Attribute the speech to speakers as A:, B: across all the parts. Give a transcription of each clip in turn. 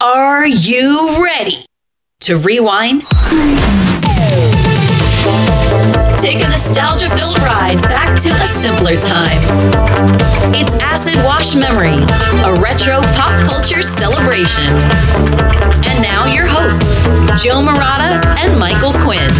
A: Are you ready to rewind? Take a nostalgia filled ride back to a simpler time. It's Acid Wash Memories, a retro pop culture celebration. And now, your hosts, Joe Murata and Michael Quinn.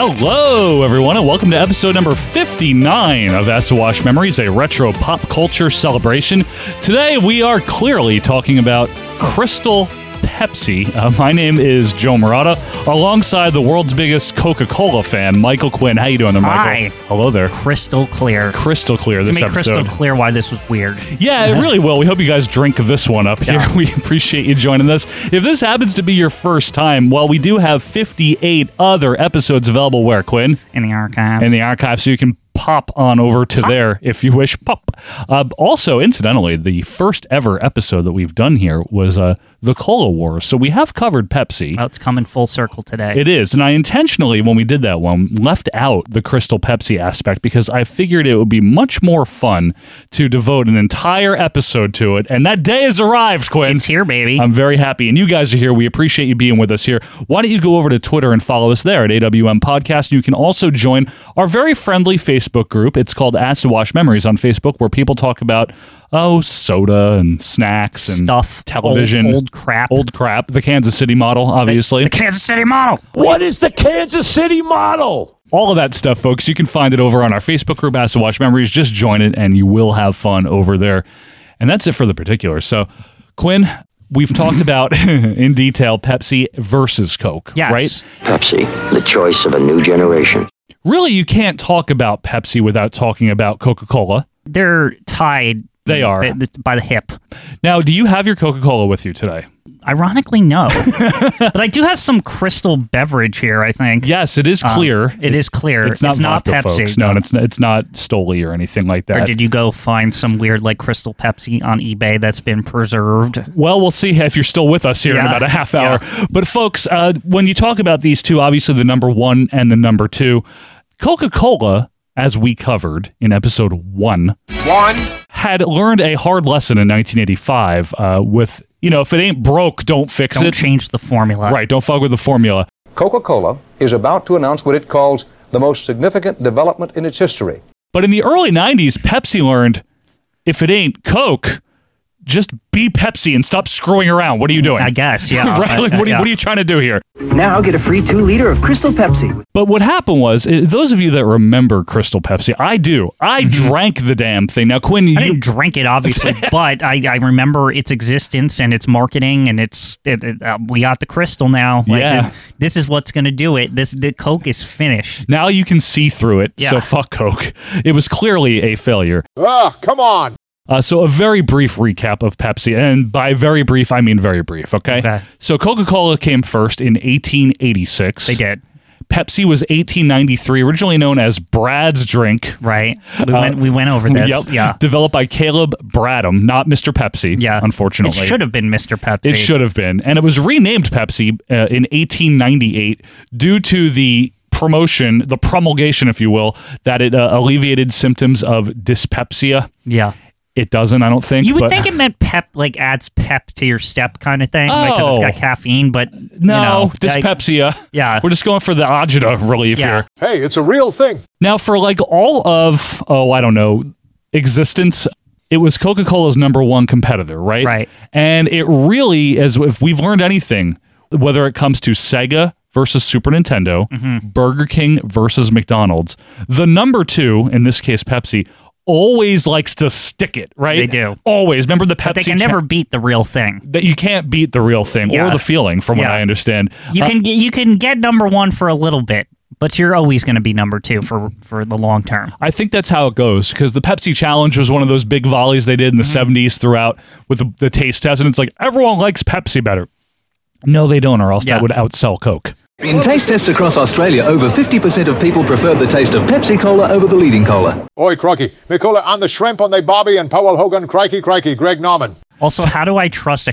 B: Hello, everyone, and welcome to episode number 59 of Assawash Memories, a retro pop culture celebration. Today, we are clearly talking about Crystal Pepsi. Uh, my name is Joe Murata, alongside the world's biggest Coca-Cola fan, Michael Quinn. How you doing there, Michael?
C: Hi.
B: Hello there.
C: crystal clear.
B: Crystal clear
C: to
B: this
C: make
B: episode.
C: crystal clear why this was weird.
B: Yeah, it really will. We hope you guys drink this one up here.
C: Yeah.
B: We appreciate you joining us. If this happens to be your first time, well, we do have 58 other episodes available where, Quinn?
C: In the archives.
B: in the archive so you can pop on over to there if you wish pop uh, also incidentally the first ever episode that we've done here was uh, the cola wars so we have covered pepsi
C: oh, it's coming full circle today.
B: it is and i intentionally when we did that one left out the crystal pepsi aspect because i figured it would be much more fun to devote an entire episode to it and that day has arrived quinn
C: it's here, baby.
B: I'm very happy. And you guys are here. We appreciate you being with us here. Why don't you go over to Twitter and follow us there at AWM Podcast? You can also join our very friendly Facebook group. It's called Acid Wash Memories on Facebook, where people talk about, oh, soda and snacks and
C: Stuff.
B: television.
C: Old, old crap.
B: Old crap. The Kansas City model, obviously.
C: The Kansas City model.
B: What is the Kansas City model? All of that stuff, folks. You can find it over on our Facebook group, Ask to Watch Memories. Just join it and you will have fun over there. And that's it for the particulars. So, Quinn, we've talked about in detail Pepsi versus Coke,
C: Yes.
B: right?
D: Pepsi, the choice of a new generation.
B: Really, you can't talk about Pepsi without talking about Coca Cola.
C: They're tied.
B: They are.
C: by, the- by the hip.
B: Now, do you have your Coca Cola with you today?
C: Ironically, no. but I do have some crystal beverage here. I think.
B: Yes, Um, it is clear.
C: It is clear.
B: it's not, vodka,
C: Pepsi.
B: folks. No, and it's not, it's not Stoli or anything like that.
C: Or did you go find some weird like crystal Pepsi on eBay that's been preserved?
B: Well, we'll see if you're still with us here in
C: Yeah.
B: about a half hour. But, folks, uh, when you talk about these two, obviously the number one and the number two, Coca Cola, as we covered in episode one,
E: One,
B: had learned a hard lesson in 1985 uh, with, you know, if it ain't broke, don't fix
C: Don't
B: it.
C: change the formula.
B: Right, don't fuck with the formula.
F: Coca Cola is about to announce what it calls the most significant development in its history.
B: But in the early 90s, Pepsi learned if it ain't Coke, just be Pepsi and stop screwing around. What are you doing?
C: I guess. Yeah.
B: right? Like, what, are you,
C: Yeah.
B: what are you trying to do here?
G: Now get a free two liter of Crystal Pepsi.
B: But what happened was, i- those of you that remember Crystal Pepsi, I do. I drank the damn thing. Now, Quinn,
C: Mm-hmm. I
B: you,
C: didn't drink it, obviously, but I, I remember its existence and its marketing, and it's it, it, uh, we got the crystal now. Like,
B: Yeah.
C: this, this is what's going to do it. This the Coke is finished.
B: now you can see through it. So
C: Yeah.
B: fuck Coke. It was clearly a failure.
E: ah, come on.
B: Uh, so a very brief recap of Pepsi, and by very brief, I mean very brief. Okay.
C: Okay.
B: So Coca Cola came first in 1886.
C: They did
B: Pepsi was 1893, originally known as Brad's Drink.
C: right. We went we went over this.
B: Uh, Yep.
C: Yeah,
B: Developed by Caleb Bradham, not Mr. Pepsi.
C: yeah.
B: Unfortunately,
C: it should have been Mr. Pepsi.
B: It should have been. And it was renamed Pepsi uh, in 1898 due to the promotion, the promulgation, if you will, that it uh, alleviated symptoms of dyspepsia.
C: Yeah,
B: It doesn't, I don't think.
C: you would
B: but-
C: think it meant pep, like adds pep to your step kind of thing, because
B: Oh.
C: it's got caffeine. But no, you
B: No,
C: know, like-
B: dyspepsia.
C: yeah.
B: We're just going for the agita relief
C: Yeah.
B: here.
E: Hey, it's a real thing.
B: Now, for like all of, oh, I don't know, existence, it was Coca Cola's number one competitor, right?
C: Right.
B: And it really, as if we've learned anything, whether it comes to Sega versus Super Nintendo,
C: Mm-hmm.
B: Burger King versus McDonald's, the number two, in this case, Pepsi, always likes to stick it, right?
C: They do.
B: Always. Remember the Pepsi
C: they can
B: cha-
C: never beat the real thing.
B: that you can't beat the real thing or
C: Yeah.
B: the feeling, from what
C: Yeah.
B: I understand.
C: You can get you can get number one for a little bit, but you're always going to be number two for for the long term.
B: I think that's how it goes because the Pepsi Challenge was one of those big volleys they did in the
C: Mm-hmm.
B: 70s throughout with the, the taste test. And it's like, everyone likes Pepsi better. No, they don't, or else
C: Yeah.
B: that would outsell Coke.
H: In taste tests across Australia, over 50% of people preferred the taste of Pepsi Cola over the leading cola.
E: Oi, Crocky. Nicola and the Shrimp on they Bobby and Powell Hogan, Crikey, Crikey, Greg Norman.
C: Also, how do I trust a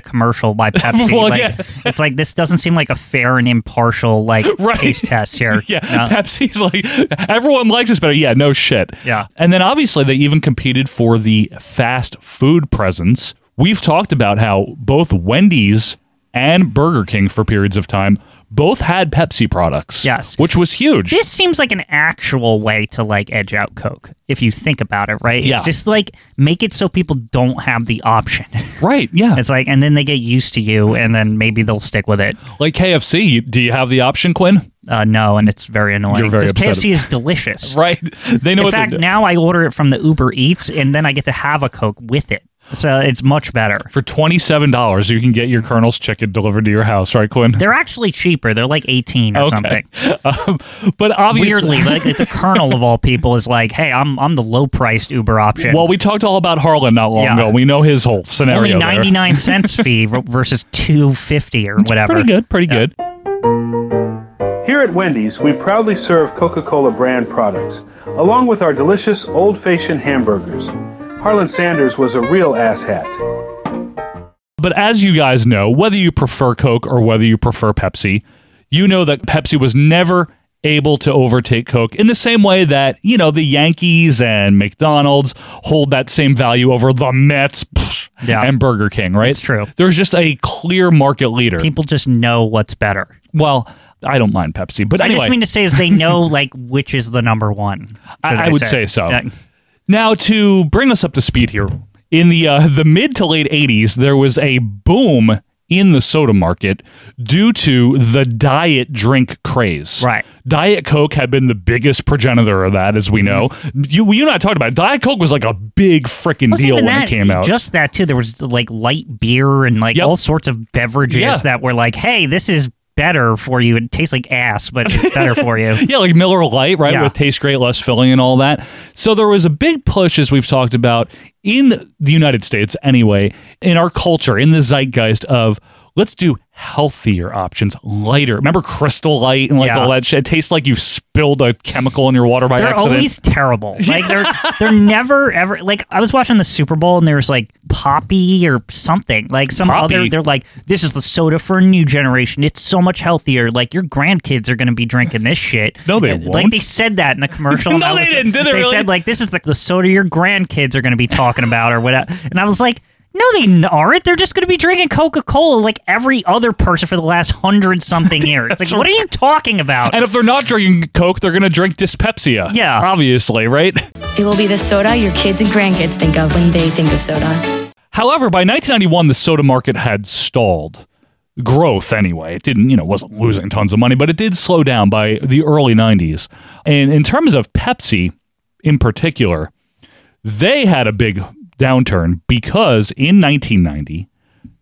C: commercial by Pepsi?
B: Well,
C: like,
B: yeah.
C: It's like this doesn't seem like a fair and impartial like
B: Right.
C: taste test here.
B: Yeah,
C: No.
B: Pepsi's like, everyone likes this better. Yeah, no shit.
C: Yeah.
B: And then obviously they even competed for the fast food presence we've talked about how both Wendy's and Burger King for periods of time both had Pepsi products.
C: Yes.
B: Which was huge.
C: This seems like an actual way to like edge out Coke, if you think about it, right?
B: Yeah.
C: It's just like make it so people don't have the option.
B: right. Yeah.
C: it's like, and then they get used to you, and then maybe they'll stick with it.
B: like KFC. you- Do you have the option, Quinn?
C: Uh, no, and it's very annoying.
B: You're very
C: 'Cause
B: upset.
C: KFC is delicious.
B: Right. They know
C: In
B: what they're
C: fact,
B: doing.
C: now I order it from the Uber Eats, and then I get to have a Coke with it. So it's much better.
B: for $27, you can get your Colonel's chicken delivered to your house, right, Quinn?
C: They're actually cheaper. They're like eighteen or
B: Okay.
C: something.
B: Um, but obviously,
C: Weirdly, like the colonel of all people is like, "Hey, I'm I'm the low priced Uber option."
B: well, we talked all about Harlan not long
C: Yeah.
B: ago. We know his whole scenario.
C: only
B: there.
C: ninety nine cents fee v- versus two fifty or whatever.
B: Pretty good. Pretty good.
I: Here at Wendy's, we proudly serve Coca Cola brand products, along with our delicious old fashioned hamburgers. Harlan Sanders was a real asshat.
B: But as you guys know, whether you prefer Coke or whether you prefer Pepsi, you know that Pepsi was never able to overtake Coke in the same way that, you know, the Yankees and McDonald's hold that same value over the Mets psh,
C: Yeah.
B: and Burger King, right?
C: That's true.
B: There's just a clear market leader.
C: People just know what's better.
B: well, I don't mind Pepsi, but
C: I
B: anyway.
C: just mean to say is they know like which is the number one.
B: I-
C: should
B: I would say so. Now, to bring us up to speed here, in the uh, the mid to late '80s, there was a boom in the soda market due to the diet drink craze.
C: Right.
B: Diet Coke had been the biggest progenitor of that, as we know.
C: Mm-hmm.
B: You you and I talked about it. Diet Coke was like a big freaking
C: Wasn't
B: deal when
C: even that,
B: it came out.
C: Just that too. There was like light beer and like
B: Yep.
C: all sorts of beverages
B: Yeah.
C: that were like, "Hey, this is better for you. It tastes like ass, but it's better for you."
B: yeah, like Miller Lite, right?
C: Yeah.
B: With taste great, less filling, and all that. So there was a big push, as we've talked about in the United States, anyway, in our culture, in the zeitgeist of let's do healthier options, lighter. Remember Crystal Light and like
C: Yeah.
B: all that shit? It tastes like you've spilled a chemical in your water by
C: They're
B: accident.
C: always terrible. Like they're they're never ever like I was watching the Super Bowl and there was like poppy or something like some
B: Poppy?
C: other. They're like this is the soda for a new generation. It's so much healthier. Like your grandkids are going to be drinking this shit.
B: No, they
C: And, Like
B: won't.
C: they said that in a commercial. and
B: No,
C: I
B: they
C: was-
B: didn't. Did they
C: they
B: really?
C: said like this is like the soda your grandkids are going to be talking about or whatever. And I was like. No, they n- aren't. They're just going to be drinking Coca Cola like every other person for the last hundred something years. It's like, what are you talking about?
B: and if they're not drinking Coke, they're going to drink dyspepsia.
C: Yeah.
B: Obviously, right?
J: It will be the soda your kids and grandkids think of when they think of soda.
B: However, by 1991, the soda market had stalled. Growth, anyway. It didn't, you know, wasn't losing tons of money, but it did slow down by the early 90s. And in terms of Pepsi in particular, they had a big downturn because in 1990,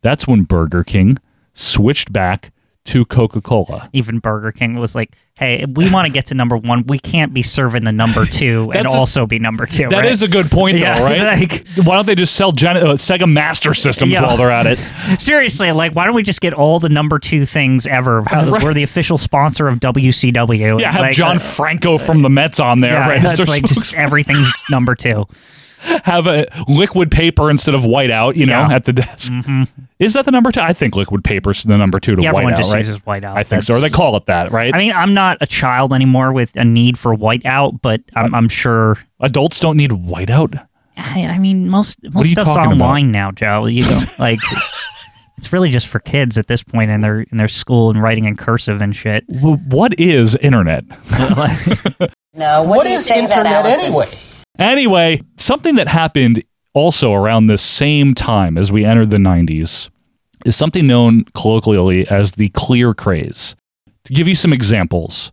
B: that's when Burger King switched back to Coca Cola.
C: even Burger King was like, "Hey, we want to get to number one. We can't be serving the number two and
B: That's a-
C: also be number two.
B: That
C: right?
B: is a good point, though,
C: Yeah,
B: right?
C: like-
B: Why don't they just sell Gen- uh, Sega Master Systems
C: Yeah.
B: while they're at it?
C: seriously like, why don't we just get all the number two things ever? How-
B: Right.
C: We're the official sponsor of WCW.
B: Yeah,
C: and,
B: have
C: like,
B: John
C: uh,
B: Franco from the Mets on there,
C: yeah,
B: right?
C: it's
B: They're
C: like
B: supposed-
C: just everything's number two.
B: have a liquid paper instead of whiteout, you know,
C: Yeah. Mm-hmm.
B: at the desk. Is that the number two? I think liquid paper's the number two to
C: Yeah,
B: whiteout,
C: everyone just
B: right?
C: uses whiteout.
B: I think so. Or they
C: That's-
B: call it that, right?
C: I mean, I'm not a child anymore with a need for whiteout, but I'm, I'm sure.
B: Adults don't need whiteout.
C: I, I mean, most
B: are
C: most
B: you
C: stuff's
B: talking about?
C: online now, Joe. You know, like it's really just for kids at this point in their in their school and writing in cursive and shit.
B: W- What is internet?
A: No, what, do you say to that, Allison?
B: Anyway, something that happened also around this same time as we entered the 90s is something known colloquially as the clear craze. To give you some examples,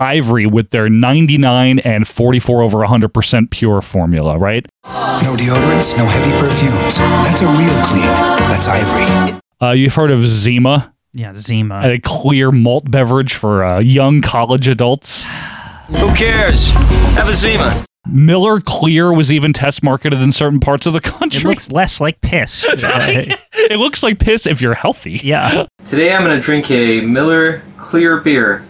B: Ivory with their 99 and 44 over 100% pure formula, right?
H: No deodorants, no heavy perfumes. That's a real clean. That's ivory.
B: Uh, you've heard of Zima,
C: Yeah, Zima.
B: a clear malt beverage for uh, young college adults.
D: Who cares? Have a Zima.
B: Miller Clear was even test marketed in certain parts of the
C: it
B: country.
C: looks less like piss. Uh,
B: it looks like piss if you're healthy.
C: yeah,
I: Today I'm going to drink a Miller Clear Beer.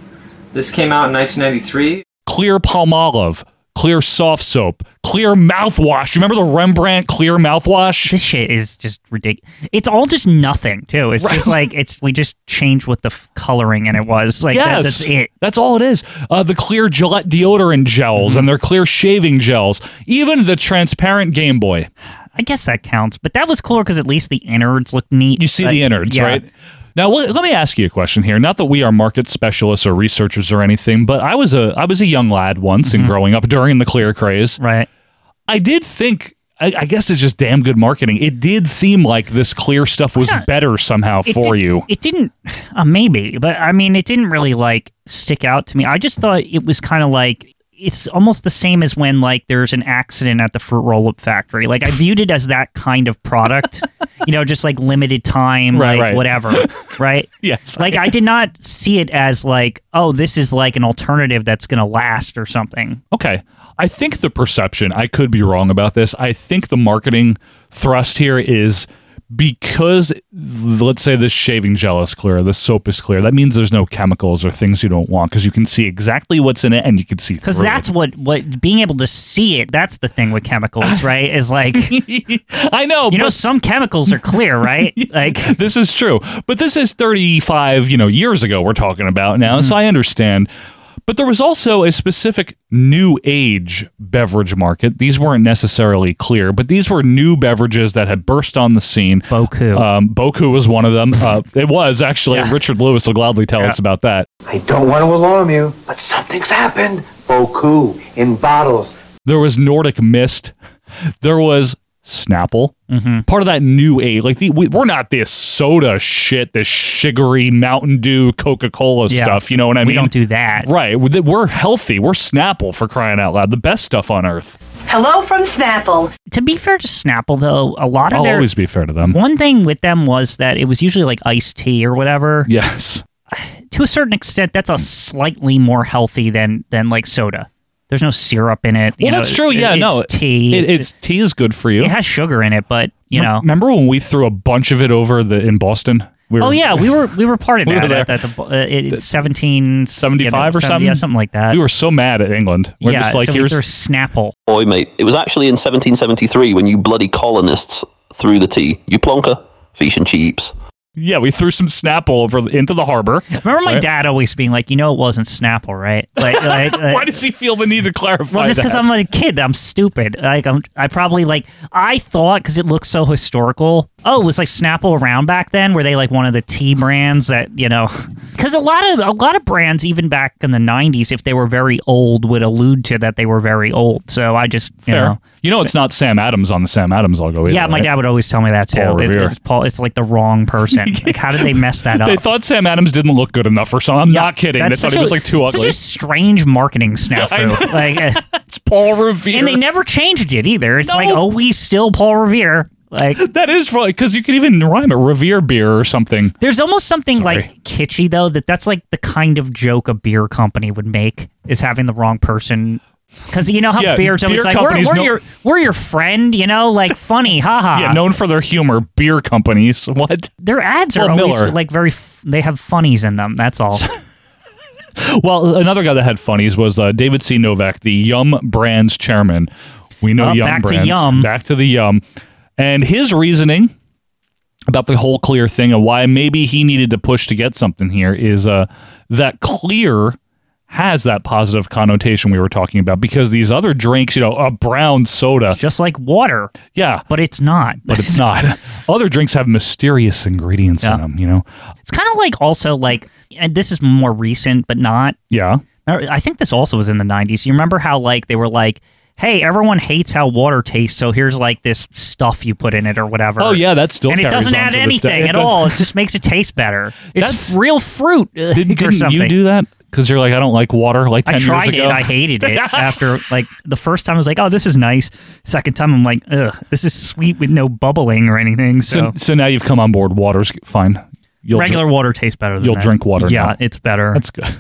I: This came out in 1993.
B: Clear Palmolive, Clear Soft Soap, Clear Mouthwash. You remember the Rembrandt Clear Mouthwash?
C: this shit is just ridiculous. It's all just nothing too. It's just like it's we just changed what the f- coloring and it was like that-
B: yes.
C: that's it.
B: That's all it is. Uh, the clear Gillette
C: Mm-hmm.
B: deodorant gels and their clear shaving gels, even the transparent Game Boy.
C: I guess that counts, but that was cooler because at least the innards looked neat.
B: You see the innards, right? Now let, let me ask you a question here. Not that we are market specialists or researchers or anything, but I was a I was a young lad once and growing up during the clear craze.
C: Right.
B: I did think I, I guess it's just damn good marketing. It did seem like this clear stuff was
C: Yeah.
B: better somehow
C: It
B: for
C: did-
B: you.
C: It didn't, uh, maybe, but I mean, it didn't really like stick out to me. I just thought it was kind of like it's almost the same as when like there's an accident at the fruit roll up factory. Like I viewed it as that kind of product, you know, just like limited time,
B: Right,
C: like
B: right.
C: whatever, right?
B: Yes.
C: Like I did not see it as like, oh, this is like an alternative that's gonna last or something.
B: Okay. I think the perception, I could be wrong about this. I think the marketing thrust here is because, let's say, this shaving gel is clear, the soap is clear, that means there's no chemicals or things you don't want because you can see exactly what's in it and you can see
C: Because
B: through it.
C: that's what what being able to see it. That's the thing with chemicals, right? Is like
B: I know,
C: you
B: but
C: know some chemicals are clear, right? Like
B: this is true. But this is 35, you know, years ago we're talking about now, so I understand. But there was also a specific new age beverage market. These weren't necessarily clear, but these were new beverages that had burst on the scene.
C: Boku.
B: Um, Boku was one of them. Uh, it was actually. Richard Lewis will gladly tell us about that.
G: I don't want to alarm you, but something's happened. Boku in bottles.
B: There was Nordic Mist. There was Snapple.
C: Mm-hmm.
B: Part of that new age. Like, the, we, we're not this soda shit, this sugary Mountain Dew, Coca Cola
C: Yeah.
B: stuff. You know what I
C: we
B: mean?
C: don't do that.
B: Right. We're we're healthy. We're Snapple for crying out loud. The best stuff on earth.
K: Hello from Snapple.
C: To be fair to Snapple, though, a lot of
B: I'll
C: their
B: always be fair to them.
C: one thing with them was that it was usually like iced tea or whatever.
B: Yes.
C: To a certain extent, that's a slightly more healthy than than like soda. There's no syrup in it. you
B: Well,
C: know,
B: that's true.
C: it-
B: Yeah.
C: it's
B: no.
C: tea.
B: It, it's tea is good for you.
C: it has sugar in it, but you
B: Rem-
C: know.
B: Remember when we threw a bunch of it over the in Boston? We
C: Oh yeah, we were we were part of
B: We
C: that
B: were
C: at,
B: there.
C: at the uh, it- it's 17
B: 75 or something.
C: yeah, something like that.
B: We were so mad at England. We're
C: yeah,
B: just like
C: so we
B: here's
C: threw Snapple.
L: Oi, mate. It was actually in 1773 when you bloody colonists threw the tea. You plonker. Fish and chips.
B: yeah we threw some Snapple over into the harbor.
C: Remember my
B: Right?
C: dad always being like, you know, it wasn't Snapple, right? Like, like,
B: Why does he feel the need to clarify?
C: Well, just
B: that?
C: because I'm a kid, I'm stupid. Like I'm, I probably like I thought because it looks so historical. Oh, it was like Snapple around back then? Were they like one of the tea brands that you know? Because a lot of a lot of brands, even back in the '90s, if they were very old, would allude to that they were very old. So I just you
B: fair.
C: know.
B: You know, it's not Sam Adams on the Sam Adams logo. Either,
C: Yeah, my
B: right?
C: dad would always tell me that too.
B: Paul
C: It-
B: Revere.
C: it's Paul. It's like the wrong person. like, how did they mess that up?
B: They thought Sam Adams didn't look good enough or something. I'm not kidding. They thought
C: such
B: he
C: a-
B: was like too ugly.
C: Such a strange marketing snafu. like. uh,
B: It's Paul Revere.
C: and they never changed it either. It's
B: No.
C: like, oh, we still Paul Revere. Like
B: that is right because you could even rhyme it Revere beer or something.
C: there's almost something
B: Sorry.
C: like kitschy though that that's like the kind of joke a beer company would make is having the wrong person. Because you know how
B: Yeah,
C: beers always
B: beer
C: like we're,
B: companies
C: we're
B: know-
C: your we're your friend, you know, like funny, haha.
B: Yeah, known for their humor, beer companies. What?
C: Their ads are
B: Well,
C: always
B: Miller.
C: like very. F- they have funnies in them. That's all.
B: Well, another guy that had funnies was uh, David C. Novak, the Yum Brands chairman. We know
C: Oh,
B: Yum
C: back to
B: Brands.
C: Yum.
B: Back to the Yum. And his reasoning about the whole clear thing and why maybe he needed to push to get something here is uh, that clear has that positive connotation we were talking about because these other drinks, you know, a brown soda.
C: It's just like water,
B: Yeah.
C: but it's not.
B: but it's not. Other drinks have mysterious ingredients
C: Yeah.
B: in them, you know?
C: It's kind of like also like, and this is more recent, but not
B: Yeah.
C: Remember- I think this also was in the 90s. You remember how like they were like, "Hey, everyone hates how water tastes, so here's like this stuff you put in it or whatever."
B: Oh, yeah, that still
C: and it
B: carries
C: doesn't
B: on
C: add
B: to this day.
C: anything
B: It
C: at
B: does-
C: all. It just makes it taste better. It's
B: That's-
C: real fruit uh,
B: Did,
C: or
B: didn't
C: something.
B: you do that? Because you're like, I don't like water like 10
C: I tried
B: years
C: it.
B: ago.
C: I hated it. After like the first time, I was like, "Oh, this is nice." Second time, I'm like, "Ugh, this is sweet with no bubbling or anything."
B: So,
C: So,
B: so now you've come on board. Water's fine. You'll
C: regular
B: drink,
C: water tastes better. Than
B: you'll
C: that.
B: drink water.
C: Yeah,
B: now.
C: it's better.
B: that's good.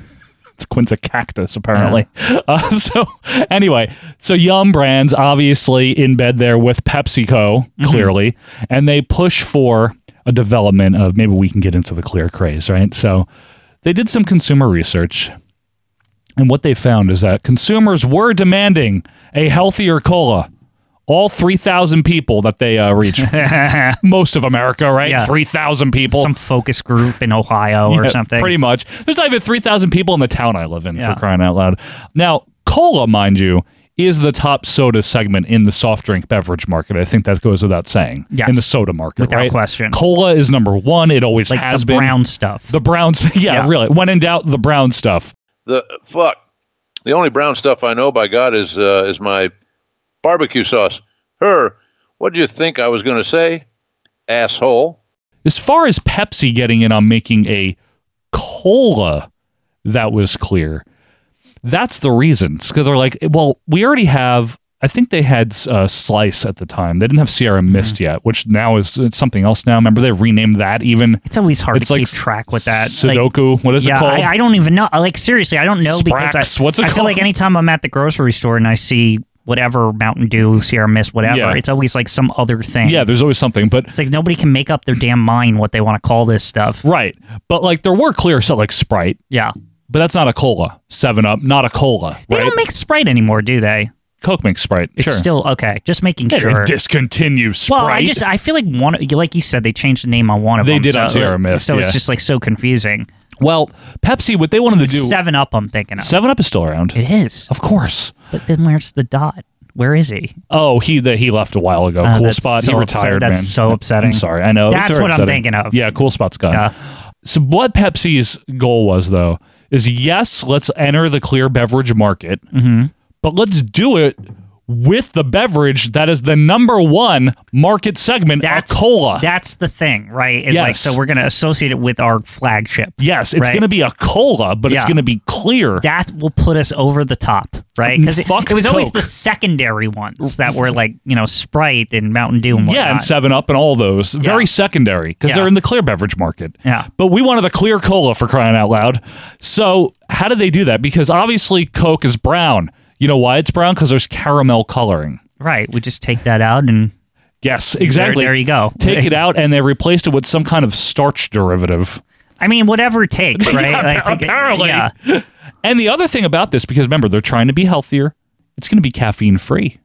B: It's Quince a cactus, apparently. Uh, so anyway, so Yum Brands obviously in bed there with PepsiCo
C: Mm-hmm.
B: clearly, and they push for a development of maybe we can get into the clear craze, right? So they did some consumer research, and what they found is that consumers were demanding a healthier cola. All three thousand people that they uh, reached, most of America, right?
C: Yeah.
B: Three thousand people,
C: Some focus group in Ohio or
B: yeah,
C: something.
B: Pretty much. There's not even 3,000 people in the town I live in
C: Yeah.
B: for crying out loud. Now, cola, mind you, is the top soda segment in the soft drink beverage market. I think that goes without saying.
C: Yes.
B: In the soda market,
C: Without
B: right?
C: question.
B: Cola is number one. It always
C: Like
B: has
C: the
B: been.
C: brown stuff.
B: The brown stuff. Yeah,
K: Yeah.
B: really. When in doubt, the brown stuff.
K: The fuck. The only brown stuff I know by God is uh, is my barbecue sauce. Her. What do you think I was going to say? Asshole.
B: As far as Pepsi getting in on making a cola, that was clear. That's the reason. Because they're like, well, we already have. I think they had uh, Slice at the time. They didn't have Sierra
C: Mm-hmm.
B: Mist yet, which now is it's something else now. Remember they renamed that even. It's
C: always hard
B: it's
C: to
B: like
C: keep track with that. Like,
B: Sudoku. what is
C: yeah,
B: it called?
C: I, I don't even know. Like seriously, I don't know because
B: Sprax.
C: I,
B: What's it
C: I feel like
B: called?
C: anytime I'm at the grocery store and I see whatever Mountain Dew, Sierra Mist, whatever,
B: Yeah.
C: it's always like some other thing.
B: Yeah, there's always something, but
C: it's like nobody can make up their damn mind what they want to call this stuff.
B: Right, but like there were clear stuff like Sprite.
C: Yeah,
B: but that's not a cola. Seven Up, not a cola. Right?
C: They don't make Sprite anymore, do they?
B: Coke makes Sprite.
C: It's
B: sure.
C: still okay. Just making
B: They
C: sure.
B: didn't discontinue Sprite.
C: well, I just I feel like one, like you said, they changed the name on one of
B: They
C: them.
B: did on
C: so,
B: Sierra Mist,
C: so
B: yeah.
C: it's just like so confusing.
B: Well, Pepsi, what they wanted to do-
C: Seven Up, I'm thinking of.
B: Seven Up is still around.
C: It is,
B: of course.
C: But then where's the dot? Where is he?
B: Oh, he the, he left a while ago.
C: Oh,
B: cool
C: that's
B: spot.
C: so
B: he
C: upset-
B: retired.
C: that's
B: man.
C: so upsetting.
B: I'm sorry. I know. It's
C: That's
B: very
C: what I'm
B: upsetting.
C: thinking of.
B: Yeah, cool spot's gone. So what Pepsi's goal was though is yes, let's enter the clear beverage market,
C: Mhm.
B: but let's do it with the beverage that is the number one market segment, a cola.
C: That's the thing, right? It's like
B: Yes.
C: so we're gonna associate it with our flagship.
B: Yes, it's gonna be a cola, but it's gonna be clear.
C: That will put us over the top, right? Because it,
B: Fuck
C: it was always
B: Coke.
C: the secondary ones that were like you know Sprite and Mountain Dew and whatnot.
B: yeah, and Seven Up and all those very secondary because
C: Yeah.
B: they're in the clear beverage market.
C: Yeah.
B: but we wanted a clear cola for crying out loud. So how did they do that? Because obviously Coke is brown. You know why it's brown? Because there's caramel coloring.
C: Right. We just take that out and
B: Yes, exactly.
C: There, there you go.
B: Take it out, and they replaced it with some kind of starch derivative.
C: I mean, whatever it takes, right? Like, take it-
B: Apparently.
C: yeah.
B: And the other thing about this, because remember they're trying to be healthier, it's going to be caffeine free.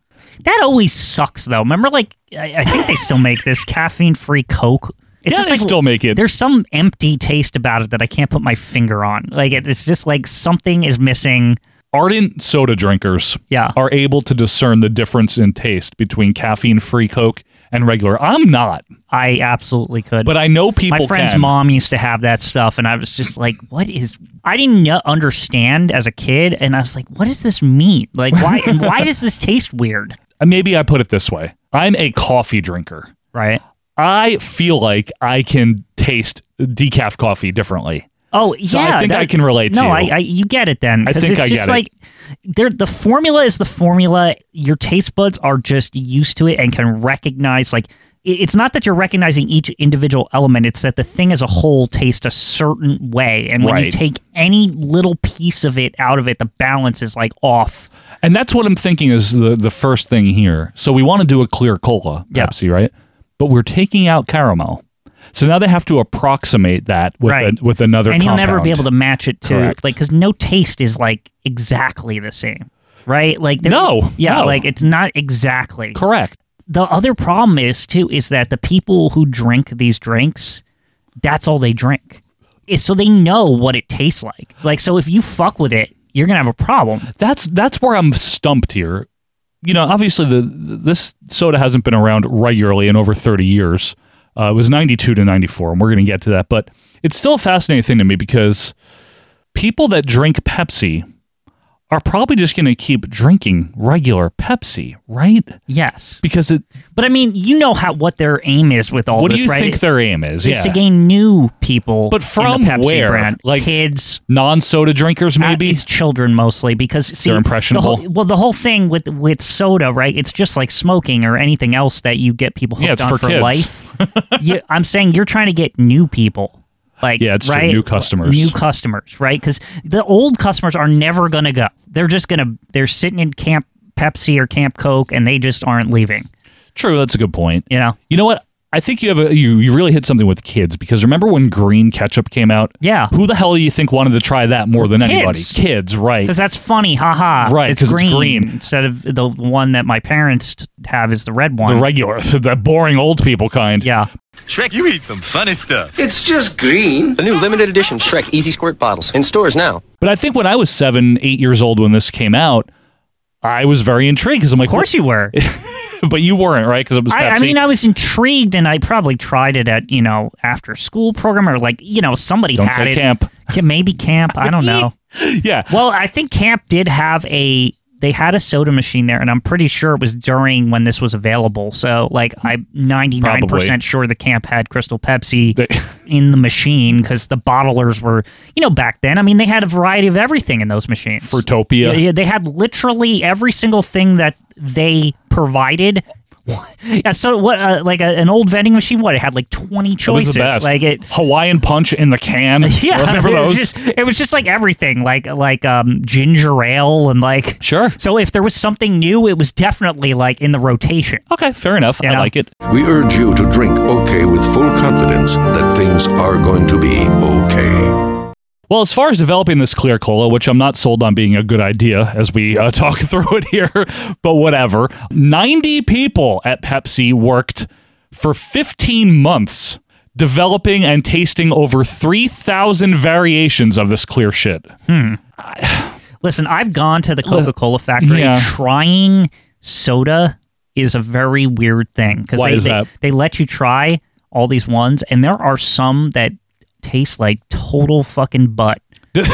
C: That always sucks, though. Remember, like I, I think they still make this caffeine-free Coke.
B: Yeah, they still
C: make it. There's some empty taste about it that I can't put my finger on. Like it, it's just like something is missing.
B: Ardent soda drinkers
C: yeah.
B: are able to discern the difference in taste between caffeine free Coke and regular. I'm not.
C: I absolutely could.
B: But I know people
C: My friend's
B: can.
C: mom used to have that stuff, and I was just like, "What is?" I didn't kno- understand as a kid, and I was like, "What does this mean? Like, why? and why does this taste weird?"
B: Uh, Maybe I put it this way I'm a coffee drinker.
C: Right.
B: I feel like I can taste decaf coffee differently.
C: Oh yeah,
B: So I think I can relate to
C: no,
B: you.
C: I, I you get it then.
B: I
C: 'cause
B: think
C: it's
B: I
C: just
B: get it.
C: like they're the formula is the formula. Your taste buds are just used to it and can recognize like i- it's not that you're recognizing each individual element. It's that the thing as a whole tastes a certain way, and when you
B: Right.
C: take any little piece of it out of it, the balance is like off.
B: And that's what I'm thinking is the, the first thing here. So we want to do a clear cola
C: Yeah.
B: Pepsi, right? But we're taking out caramel. So now they have to approximate that with
C: Right.
B: a, with another
C: and
B: compound.
C: you'll never be able to match it to
B: Correct.
C: like because no taste is like exactly the same right like there-
B: No,
C: yeah
B: no.
C: like it's not exactly
B: correct
C: the other problem is too is that the people who drink these drinks that's all they drink is so they know what it tastes like like so if you fuck with it you're gonna have a problem
B: that's that's where I'm stumped here. You know, obviously the this soda hasn't been around regularly in over 30 years. Uh, it was 92 to 94, and we're going to get to that. But it's still a fascinating thing to me because people that drink Pepsi are probably just going to keep drinking regular Pepsi, right?
C: Yes,
B: because it.
C: But I mean, you know how what their aim is with all
B: What do
C: this,
B: you
C: right?
B: think their aim is?
C: It's to
B: Yeah.
C: gain new people,
B: But from
C: in the Pepsi
B: where?
C: Brand.
B: Like
C: kids,
B: non-soda drinkers, maybe
C: Uh, it's children mostly because see,
B: They're impressionable.
C: The whole, well, the whole thing with with soda, right? It's just like smoking or anything else that you get people hooked
B: Yeah, it's
C: on
B: for
C: for,
B: kids.
C: life. you, I'm saying you're trying to get new people, like
B: Yeah, it's true,
C: right?
B: new customers.
C: new customers, right? Because the old customers are never going to go. They're just going to they're sitting in Camp Pepsi or Camp Coke, and they just aren't leaving.
B: True, that's a good point.
C: You know,
B: you know what? I think you have a you, you really hit something with kids because remember when green ketchup came out?
C: Yeah.
B: Who the hell do you think wanted to try that more than anybody?
C: Kids.
B: Kids, right?
C: Because that's funny, haha.
B: Right,
C: it's
B: 'cause it's
C: green,
B: green.
C: instead of the one that my parents t- have is the red one.
B: the regular, the boring old people kind.
C: Yeah.
M: Shrek, you eat some funny stuff.
D: It's just green. The new limited edition Shrek Easy Squirt bottles in stores now.
B: But I think when I was seven, eight years old when this came out, I was very intrigued because I'm like, of
C: course you were,
B: but you weren't, right? Because it was.
C: I, I
B: Pepsi.
C: mean, I was intrigued, and I probably tried it at you know after school program or like you know somebody
B: Don't
C: had
B: say
C: it.
B: camp.
C: Yeah, maybe camp. I don't know.
B: yeah.
C: Well, I think camp did have a. They had a soda machine there, and I'm pretty sure it was during when this was available. So, like, I'm 99%
B: Probably.
C: sure the camp had Crystal Pepsi in the machine because the bottlers were, you know, back then. I mean, they had a variety of everything in those machines.
B: Fruitopia.
C: Yeah, yeah, they had literally every single thing that they provided. Yeah, so what? Uh, like a, an old vending machine? What it had like twenty
B: It was
C: choices.
B: the best.
C: Like it,
B: Hawaiian punch in the can.
C: yeah,
B: remember
C: it was
B: those?
C: Just, it was just like everything, like like um, ginger ale and like
B: sure.
C: So if there was something new, it was definitely like in the rotation.
B: Okay, fair enough. I like it.
N: We urge you to drink OK with full confidence that things are going to be OK.
B: Well, as far as developing this clear cola, which I'm not sold on being a good idea as we uh, talk through it here, but whatever, 90 people at Pepsi worked for 15 months developing and tasting over 3,000 variations of this clear shit.
C: Hmm. Listen, I've gone to the Coca Cola factory.
B: yeah.
C: Trying soda is a very weird thing because
B: Why
C: they,
B: is
C: they-
B: that?
C: they let you try all these ones, and there are some that taste like total fucking butt.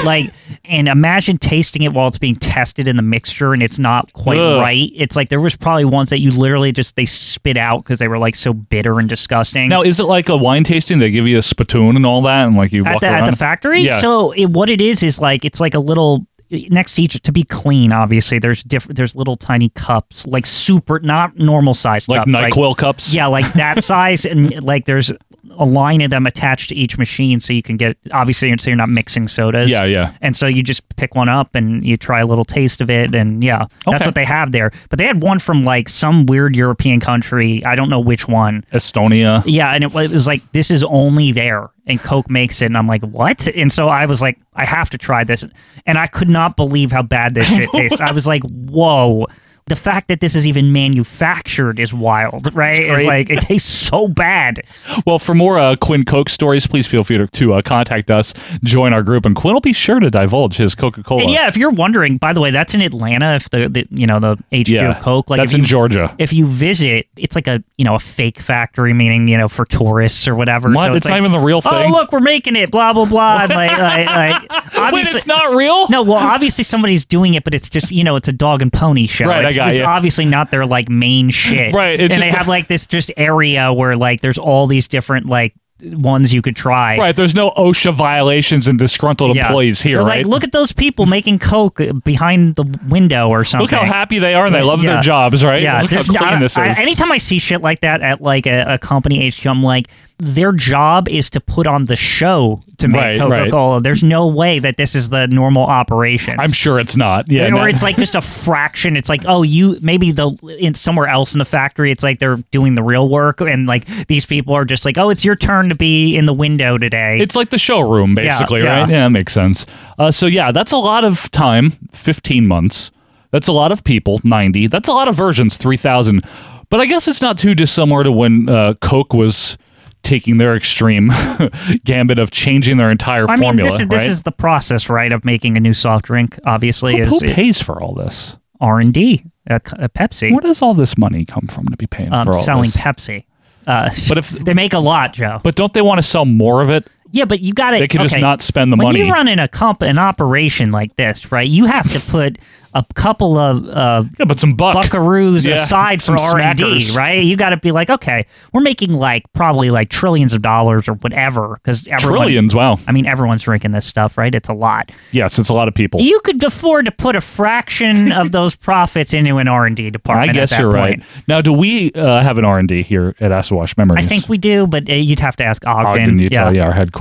C: like, and imagine tasting it while it's being tested in the mixture, and it's not quite
B: Ugh.
C: right. It's like there was probably ones that you literally just they spit out because they were like so bitter and disgusting.
B: Now, is it like a wine tasting? They give you a spittoon and all that, and like you
C: at
B: walk
C: the,
B: around?
C: at the factory.
B: Yeah.
C: So it, what it is is like it's like a little next to each to be clean. Obviously, there's different. There's little tiny cups, like super, not normal size,
B: Like
C: cups,
B: NyQuil cups?
C: Yeah, like that size, and like there's a line of them attached to each machine, so you can get obviously so you're not mixing sodas.
B: Yeah, yeah.
C: And so you just pick one up and you try a little taste of it, and yeah, that's
B: Okay.
C: what they have there. But they had one from like some weird European country. I don't know which one.
B: Estonia.
C: Yeah, and it, wa- it was like this is only there, and Coke makes it, and I'm like, what? And so I was like, I have to try this, and I could not believe how bad this shit tastes. I was like, whoa. The fact that this is even manufactured is wild, right? It's
B: great.
C: like it tastes so bad.
B: Well, for more uh, Quinn Coke stories, please feel free to, to uh, contact us, join our group, and Quinn will be sure to divulge his Coca Cola.
C: And yeah, if you're wondering, by the way, that's in Atlanta. If the, the you know the HQ
B: Yeah,
C: of Coke, like
B: that's
C: if
B: in
C: you-
B: Georgia.
C: If you visit, it's like a you know a fake factory, meaning you know for tourists or whatever.
B: What? It's not even the real
C: Oh
B: thing?"
C: look, we're making it. Blah blah blah. and like, like, like obviously
B: it's not real.
C: No, well obviously somebody's doing it, but it's just you know it's a dog and pony show.
B: Right, I
C: it's,
B: got
C: it's
B: you.
C: obviously not their like main shit.
B: Right, it's
C: and
B: just
C: they
B: a-
C: have like this just area where like there's all these different like ones you could try.
B: Right, there's no OSHA violations and disgruntled
C: Yeah.
B: employees here,
C: They're
B: right?
C: Like, look at those people making coke behind the window or something.
B: Look how happy they are and they love their jobs, right?
C: Yeah,
B: Look how
C: there's-
B: clean
C: I-
B: this
C: I-
B: is.
C: anytime I see shit like that at like a, a company HQ, I'm like, their job is to put on the show to make
B: Right, right.
C: Coca-Cola. There's no way that this is the normal operation.
B: I'm sure it's not. Yeah,
C: or
B: no.
C: it's like just a fraction. It's like, oh, you maybe the in somewhere else in the factory, it's like they're doing the real work, and like these people are just like, oh, it's your turn to be in the window today.
B: It's like the showroom,
C: Yeah,
B: basically,
C: yeah.
B: right? Yeah, that makes sense. Uh, so yeah, that's a lot of time. Fifteen months. That's a lot of people. Ninety. That's a lot of versions. Three thousand. But I guess it's not too dissimilar to when uh, Coke was taking their extreme gambit of changing their entire
C: I
B: formula.
C: mean, this is,
B: right?
C: this is the process, right, of making a new soft drink. Obviously,
B: Who-
C: is
B: who pays for all this?
C: R and D, at Pepsi.
B: Where does all this money come from to be paying
C: um,
B: for all
C: selling
B: this?
C: Pepsi. Uh,
B: But if
C: they make a lot, Joe.
B: But don't they want to sell more of it?
C: Yeah, but you got to.
B: They could just not spend the
C: when
B: money.
C: you run in a comp an operation like this, right? You have to put a couple of uh,
B: yeah, but some buck.
C: buckaroos
B: Yeah,
C: aside for
B: some
C: R and D,
B: smackers.
C: right? You got to be like, okay, we're making like probably like trillions of dollars or whatever because
B: Trillions, wow.
C: I mean, everyone's drinking this stuff, right? It's a lot.
B: Yes, it's a lot of people.
C: You could afford to put a fraction of those profits into an R and D department.
B: I guess
C: at that
B: you're
C: point.
B: right. Now, do we uh, have an R and D here at Aswash Memories? Oh,
C: I think we do, but uh, you'd have to ask Ogden.
B: Ogden, Utah, yeah. our headquarters.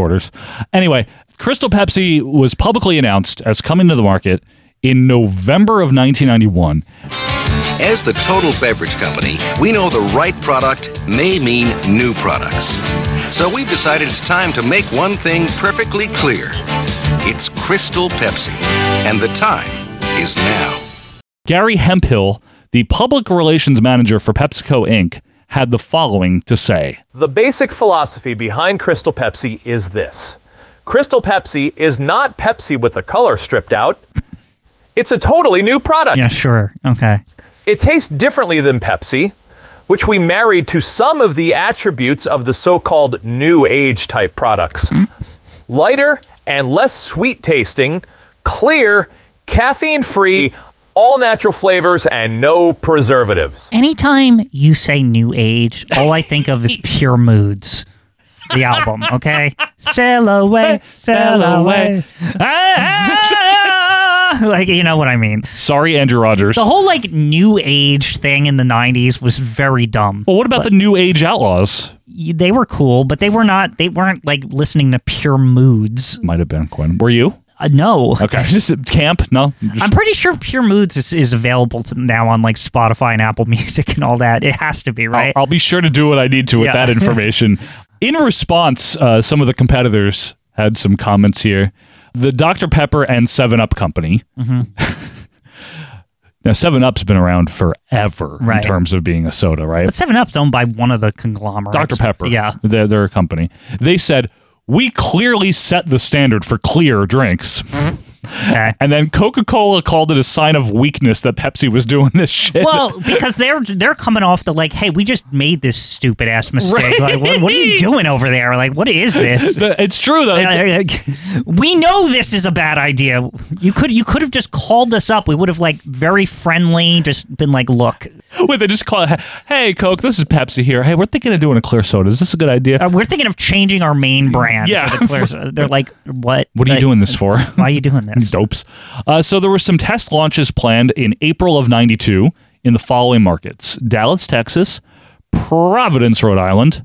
B: Anyway, Crystal Pepsi was publicly announced as coming to the market in November of 1991.
O: As the total beverage company, we know the right product may mean new products. So we've decided it's time to make one thing perfectly clear it's Crystal Pepsi, and the time is now.
B: Gary Hemphill, the public relations manager for PepsiCo Inc., had the following to say.
P: The basic philosophy behind Crystal Pepsi is this Crystal Pepsi is not Pepsi with the color stripped out. It's a totally new product.
C: Yeah, sure. Okay.
P: It tastes differently than Pepsi, which we married to some of the attributes of the so called new age type products lighter and less sweet tasting, clear, caffeine free, all natural flavors, and no preservatives.
C: Anytime you say new age, all I think of is pure moods. The album, okay? sail away, sail away. Ah, like you know what I mean.
B: Sorry, Andrew Rogers.
C: The whole like new age thing in the '90s was very dumb.
B: Well, what about the new age outlaws?
C: They were cool, but they were not. They weren't like listening to pure moods.
B: Might have been Quinn. Were you?
C: Uh, no.
B: Okay. Just at camp. No. Just-
C: I'm pretty sure Pure Moods is, is available to now on like Spotify and Apple Music and all that. It has to be, right?
B: I'll, I'll be sure to do what I need to with
C: Yeah.
B: that information. In response, uh, some of the competitors had some comments here. The Dr. Pepper and 7 Up Company.
C: Mm-hmm.
B: Now, 7 Up's been around forever
C: Right.
B: in terms of being a soda, right?
C: But Seven Up's owned by one of the conglomerates.
B: Dr. Pepper.
C: Yeah.
B: They're, they're a company. They said, we clearly set the standard for clear drinks. And then Coca Cola called it a sign of weakness that Pepsi was doing this shit.
C: Well, because they're they're coming off the like, hey, we just made this stupid ass mistake. Like, what, what are you doing over there? Like, what is this?
B: The- it's true though.
C: Uh, uh, we know this is a bad idea. You could you could have just called us up. We would have like very friendly, just been like, look,
B: Wait, they just call it, hey, Coke, this is Pepsi here. Hey, we're thinking of doing a clear soda. Is this a good idea?
C: we're thinking of changing our main brand.
B: Yeah.
C: to the Claire's." they're like, what?
B: What are you doing this for?
C: Why are you doing this?
B: Dopes. Uh, so there were some test launches planned in April of 92 in the following markets Dallas, Texas, Providence, Rhode Island,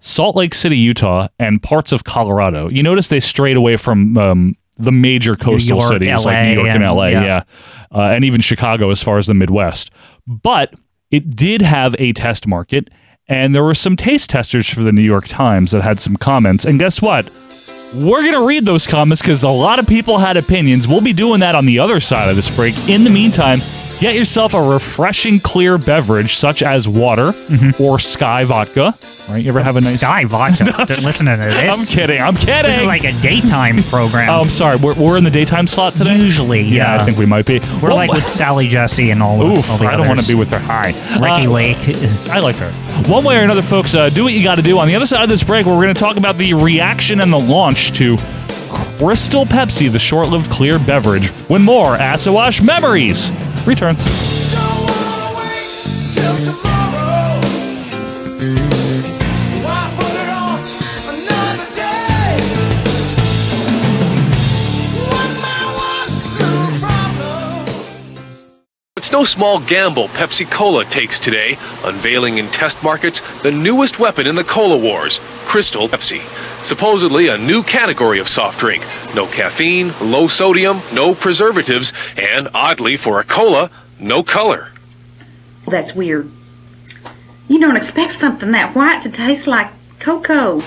B: Salt Lake City, Utah, and parts of Colorado. You notice they strayed away from um, the major coastal
C: York,
B: cities like New
C: LA,
B: York and
C: and-
B: LA,
C: yeah.
B: yeah, Uh, and even Chicago as far as the Midwest. But it did have a test market, and there were some taste testers for the New York Times that had some comments. And guess what? We're going to read those comments because a lot of people had opinions. We'll be doing that on the other side of this break. In the meantime, get yourself a refreshing clear beverage such as water or Sky Vodka. Right? You ever have a nice
C: Mm-hmm. Sky Vodka? Don't listen to this.
B: I'm kidding. I'm kidding.
C: This is like a daytime program.
B: Oh, I'm sorry. We're, we're in the daytime slot today.
C: Usually, yeah.
B: I think we might be.
C: We're
B: Well,
C: like with Sally Jesse and all.
B: Oof,
C: of, all the
B: I don't want
C: others.
B: to be with her. Hi, Uh,
C: Ricky Lake.
B: I like her. One way or another, folks, uh, do what you got to do. On the other side of this break, we're going to talk about the reaction and the launch to Crystal Pepsi, the short-lived clear beverage. When more Assawash memories returns.
Q: It's no small gamble Pepsi Cola takes today, unveiling in test markets the newest weapon in the cola wars Crystal Pepsi. Supposedly a new category of soft drink. No caffeine, low sodium, no preservatives, and oddly for a cola, no color.
R: That's weird. You don't expect something that white to taste like cocoa.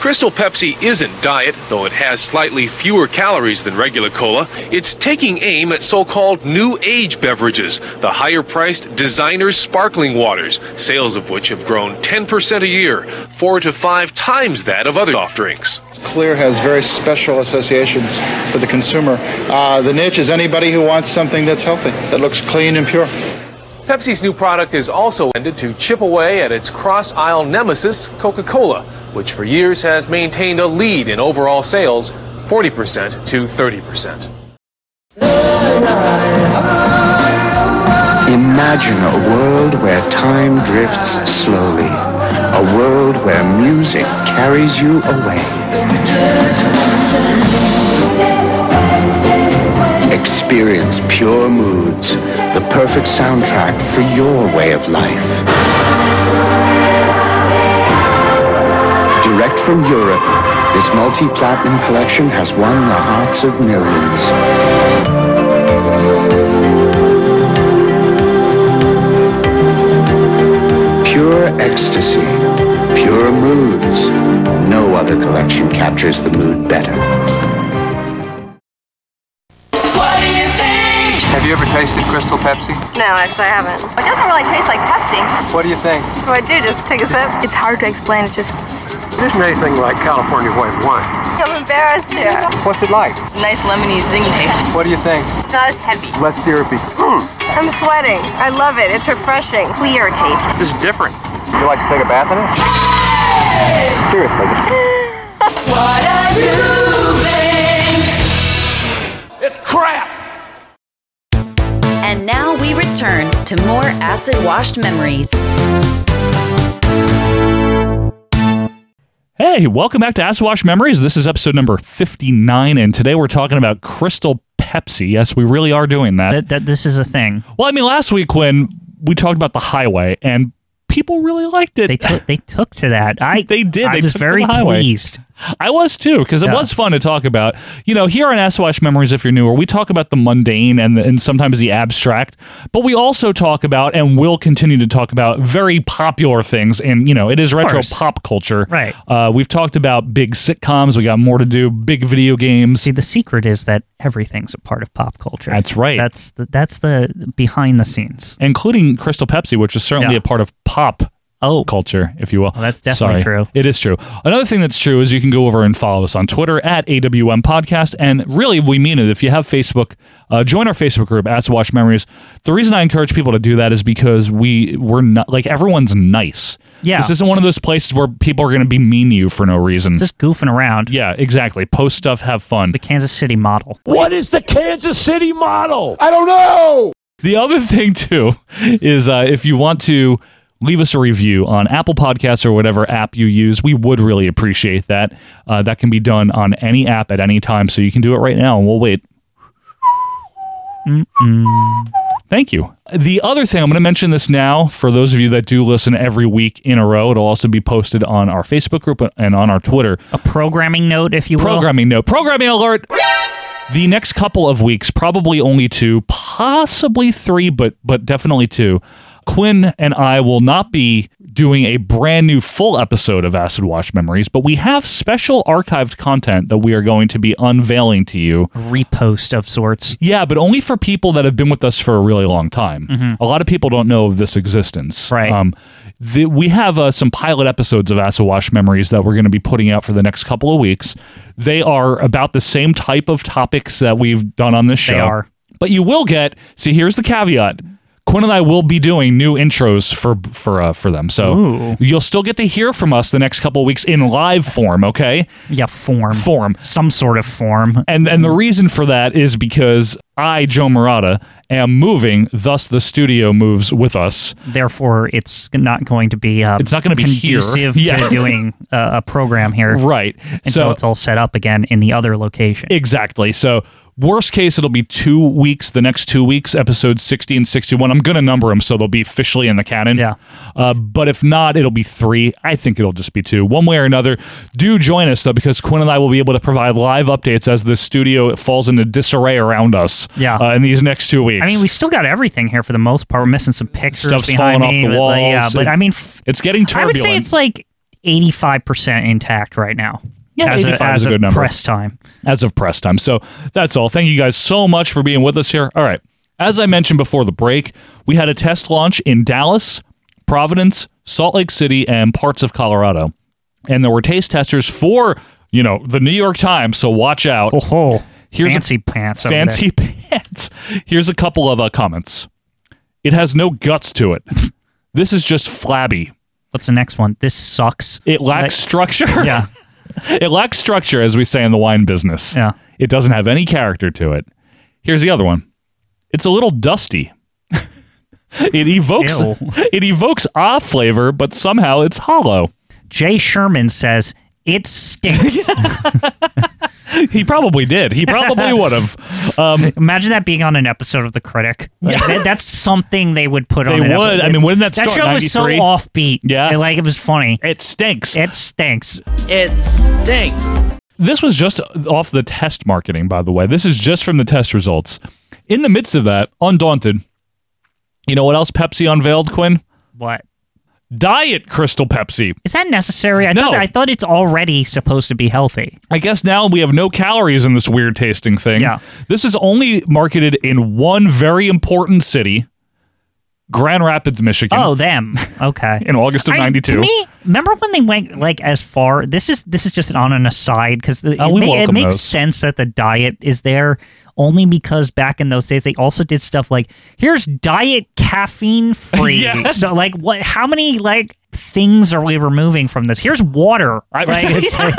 Q: Crystal Pepsi isn't diet, though it has slightly fewer calories than regular cola. It's taking aim at so called new age beverages, the higher priced designer sparkling waters, sales of which have grown 10% a year, four to five times that of other soft drinks.
S: Clear has very special associations for the consumer. Uh, the niche is anybody who wants something that's healthy, that looks clean and pure.
Q: Pepsi's new product is also intended to chip away at its cross aisle nemesis, Coca Cola, which for years has maintained a lead in overall sales 40% to 30%.
T: Imagine a world where time drifts slowly. A world where music carries you away. Experience pure moods, the perfect soundtrack for your way of life. Direct from Europe, this multi-platinum collection has won the hearts of millions. Pure ecstasy, pure moods. No other collection captures the mood better.
U: Have you ever tasted Crystal Pepsi?
V: No, actually, I haven't. It doesn't really taste like Pepsi.
U: What do you think?
V: What do I do? Just take a sip? It's hard to explain. It's just.
U: It isn't anything like California white wine.
V: I'm embarrassed here.
U: What's it like?
V: Nice lemony zing taste.
U: What do you think?
V: It's not as heavy.
U: Less syrupy.
V: I'm sweating. I love it. It's refreshing. Clear taste.
U: This is different. You like to take a bath in it? Seriously.
A: What are you
U: It's crap!
A: And now we return to more acid washed memories.
B: Hey, welcome back to Acid Wash Memories. This is episode number 59, and today we're talking about Crystal Pepsi. Yes, we really are doing that.
C: That, that this is a thing.
B: Well, I mean, last week when we talked about the highway, and people really liked it. They
C: took they took to that. I
B: they did.
C: I
B: they
C: was
B: took to the
C: very
B: highway.
C: pleased.
B: I was too because it was fun to talk about. You know, here on Acid Wash Memories, if you're newer, we talk about the mundane and the, and sometimes the abstract, but we also talk about and will continue to talk about very popular things. And you know, it is retro
C: course.
B: pop culture.
C: Right.
B: Uh, we've talked about big sitcoms. We got more to do. Big video games.
C: See, the secret is that everything's a part of pop culture.
B: That's right.
C: That's the, that's the behind the scenes.
B: including Crystal Pepsi, which is certainly
C: Yeah. Oh.
B: a part of pop culture, if you will. that's
C: definitely true.
B: It is true. Another thing that's true is you can go over and follow us on Twitter at AWM Podcast. And really, we mean it. If you have Facebook, uh, join our Facebook group, At Watch Memories. The reason I encourage people to do that is because we, we're not, like, everyone's nice.
C: Yeah.
B: This isn't one of those places where people are going to be mean to you for no reason.
C: Just goofing around.
B: Yeah, exactly. Post stuff, have fun. The
C: Kansas City model.
B: What is the Kansas City model?
E: I don't know.
B: The other thing too is uh, if you want to leave us a review on Apple Podcasts or whatever app you use, we would really appreciate that. Uh, that can be done on any app at any time, so you can do it right now, and we'll wait. Thank you. The other thing, I'm going to mention this now for those of you that do listen every week in a row. It'll also be posted on our Facebook group and on our Twitter.
C: A programming note, if you will.
B: Programming note. Programming alert. The next couple of weeks, probably only two, possibly three, but but definitely two. Quinn and I will not be doing a brand new full episode of Acid Wash Memories, but we have special archived content that we are going to be unveiling to you.
C: Repost of sorts.
B: Yeah, but only for people that have been with us for a really long time.
C: Mhm.
B: A lot of people don't know of this existence.
C: Right.
B: Um, the, we have uh, some pilot episodes of Assawash Memories that we're going to be putting out for the next couple of weeks. They are about the same type of topics that we've done on this show.
C: They are.
B: But you will get. See, here's the caveat. Quinn and I will be doing new intros for for uh, for them, so
C: Ooh.
B: you'll still get to hear from us the next couple of weeks in live form. Okay.
C: Yeah, form.
B: Form.
C: Some sort of form.
B: And and the reason for that is because I, Joe Murata, am moving, thus the studio moves with us.
C: Therefore, it's not going to be. Um,
B: It's not gonna be here.
C: conducive
B: Yeah.
C: to doing uh, a program here,
B: Right.
C: Until
B: So-
C: it's all set up again in the other location.
B: Exactly. So worst case it'll be two weeks, the next two weeks, episodes sixty and sixty one. I'm gonna number them so they'll be officially in the canon. Yeah. Uh, but if not, it'll be three. I think it'll just be two. One way or another. Do join us though, because Quinn and I will be able to provide live updates as the studio falls into disarray around us.
C: Yeah.
B: Uh, in these next two weeks.
C: I mean, we still got everything here for the most part. We're missing some pictures
B: stuff's
C: behind
B: falling off
C: me,
B: the
C: but,
B: walls.
C: like, yeah, but
B: It-
C: I mean,
B: it's getting turbulent.
C: I would say it's like eighty-five percent intact right now.
B: Yeah,
C: as
B: 85 is
C: a, as
B: a good number.
C: Press time.
B: as of press time. So that's all. Thank you guys so much for being with us here. All right. As I mentioned before the break, we had a test launch in Dallas, Providence, Salt Lake City, and parts of Colorado. And there were taste testers for, you know, the New York Times, so watch out.
C: Oh,
B: Here's a-
C: fancy pants. over
B: fancy
C: there.
B: pants. Here's a couple of uh, comments. It has no guts to it. This is just flabby.
C: What's the next one? This sucks.
B: It lacks structure.
C: Yeah.
B: it lacks structure, as we say in the wine business.
C: Yeah.
B: It doesn't have any character to it. Here's the other one. It's a little dusty. it evokes
C: Ew.
B: it evokes ah flavor, but somehow it's hollow.
C: Jay Sherman says it stinks.
B: He probably did. He probably would have. Um,
C: Imagine that being on an episode of The Critic. Like, that- that's something they would put
B: They
C: on. an
B: would.
C: episode.
B: I mean, wouldn't that
C: that
B: start,
C: show was so
B: 93?
C: offbeat?
B: Yeah.
C: It- like it was funny.
B: It stinks.
C: It stinks.
F: It stinks.
B: This was just off the test marketing, by the way. This is just from the test results. In the midst of that, undaunted, you know what else Pepsi unveiled, Quinn?
C: What
B: Diet Crystal Pepsi.
C: is that necessary? I
B: No.
C: thought I thought it's already supposed to be healthy.
B: I guess now we have no calories in this weird tasting thing.
C: Yeah.
B: This is only marketed in one very important city, Grand Rapids, Michigan.
C: Oh, them. Okay.
B: in August of
C: I-
B: '92.
C: to me, remember when they went like as far? This is this is just on an aside because it,
B: Oh, we
C: ma- it
B: welcome
C: makes
B: those.
C: sense that the diet is there only because back in those days they also did stuff like here's diet caffeine free.
B: Yeah.
C: So like what? How many like things are we removing from this? Here's water.
B: I-
C: Like, it's like-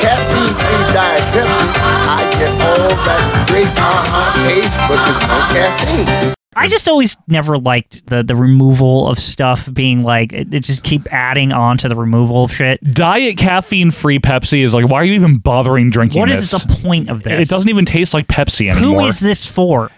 E: Caffeine-free diet Pepsi, I get all that great uh-huh taste, but there's no caffeine.
C: I just always never liked the the removal of stuff being like it, it just keep adding on to the removal of shit.
B: Diet caffeine free Pepsi is like, why are you even bothering drinking
C: What is
B: this?
C: the point of this?
B: It doesn't even taste like Pepsi anymore.
C: Who is this for?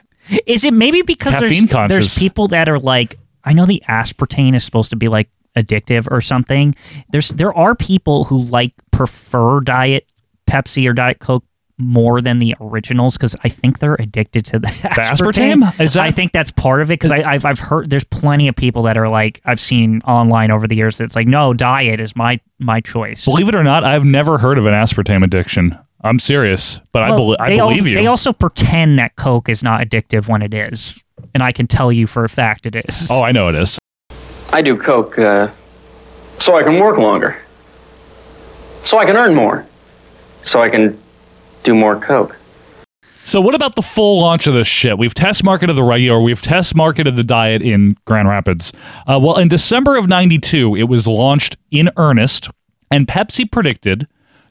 C: Is it maybe because
B: Caffeine
C: there's,
B: conscious.
C: there's people that are like, I know the aspartame is supposed to be like addictive or something. There's there are people who like prefer diet Pepsi or diet Coke more than the originals because I think they're addicted to the, aspartame.
B: aspartame? Is that-
C: I think that's part of it because I've I've heard there's plenty of people that are like I've seen online over the years that's like no diet is my my choice.
B: Believe it or not, I've never heard of an aspartame addiction. I'm serious, but I,
C: Well,
B: bel I
C: they
B: believe
C: al-
B: you.
C: They also pretend that Coke is not addictive when it is, and I can tell you for a fact it is.
B: oh, I know it is.
F: I do coke uh, so I can work longer, so I can earn more, so I can do more coke.
B: So, what about the full launch of this shit? We've test marketed the regular, we've test marketed the diet in Grand Rapids. Uh, well, in December of 92, it was launched in earnest, and Pepsi predicted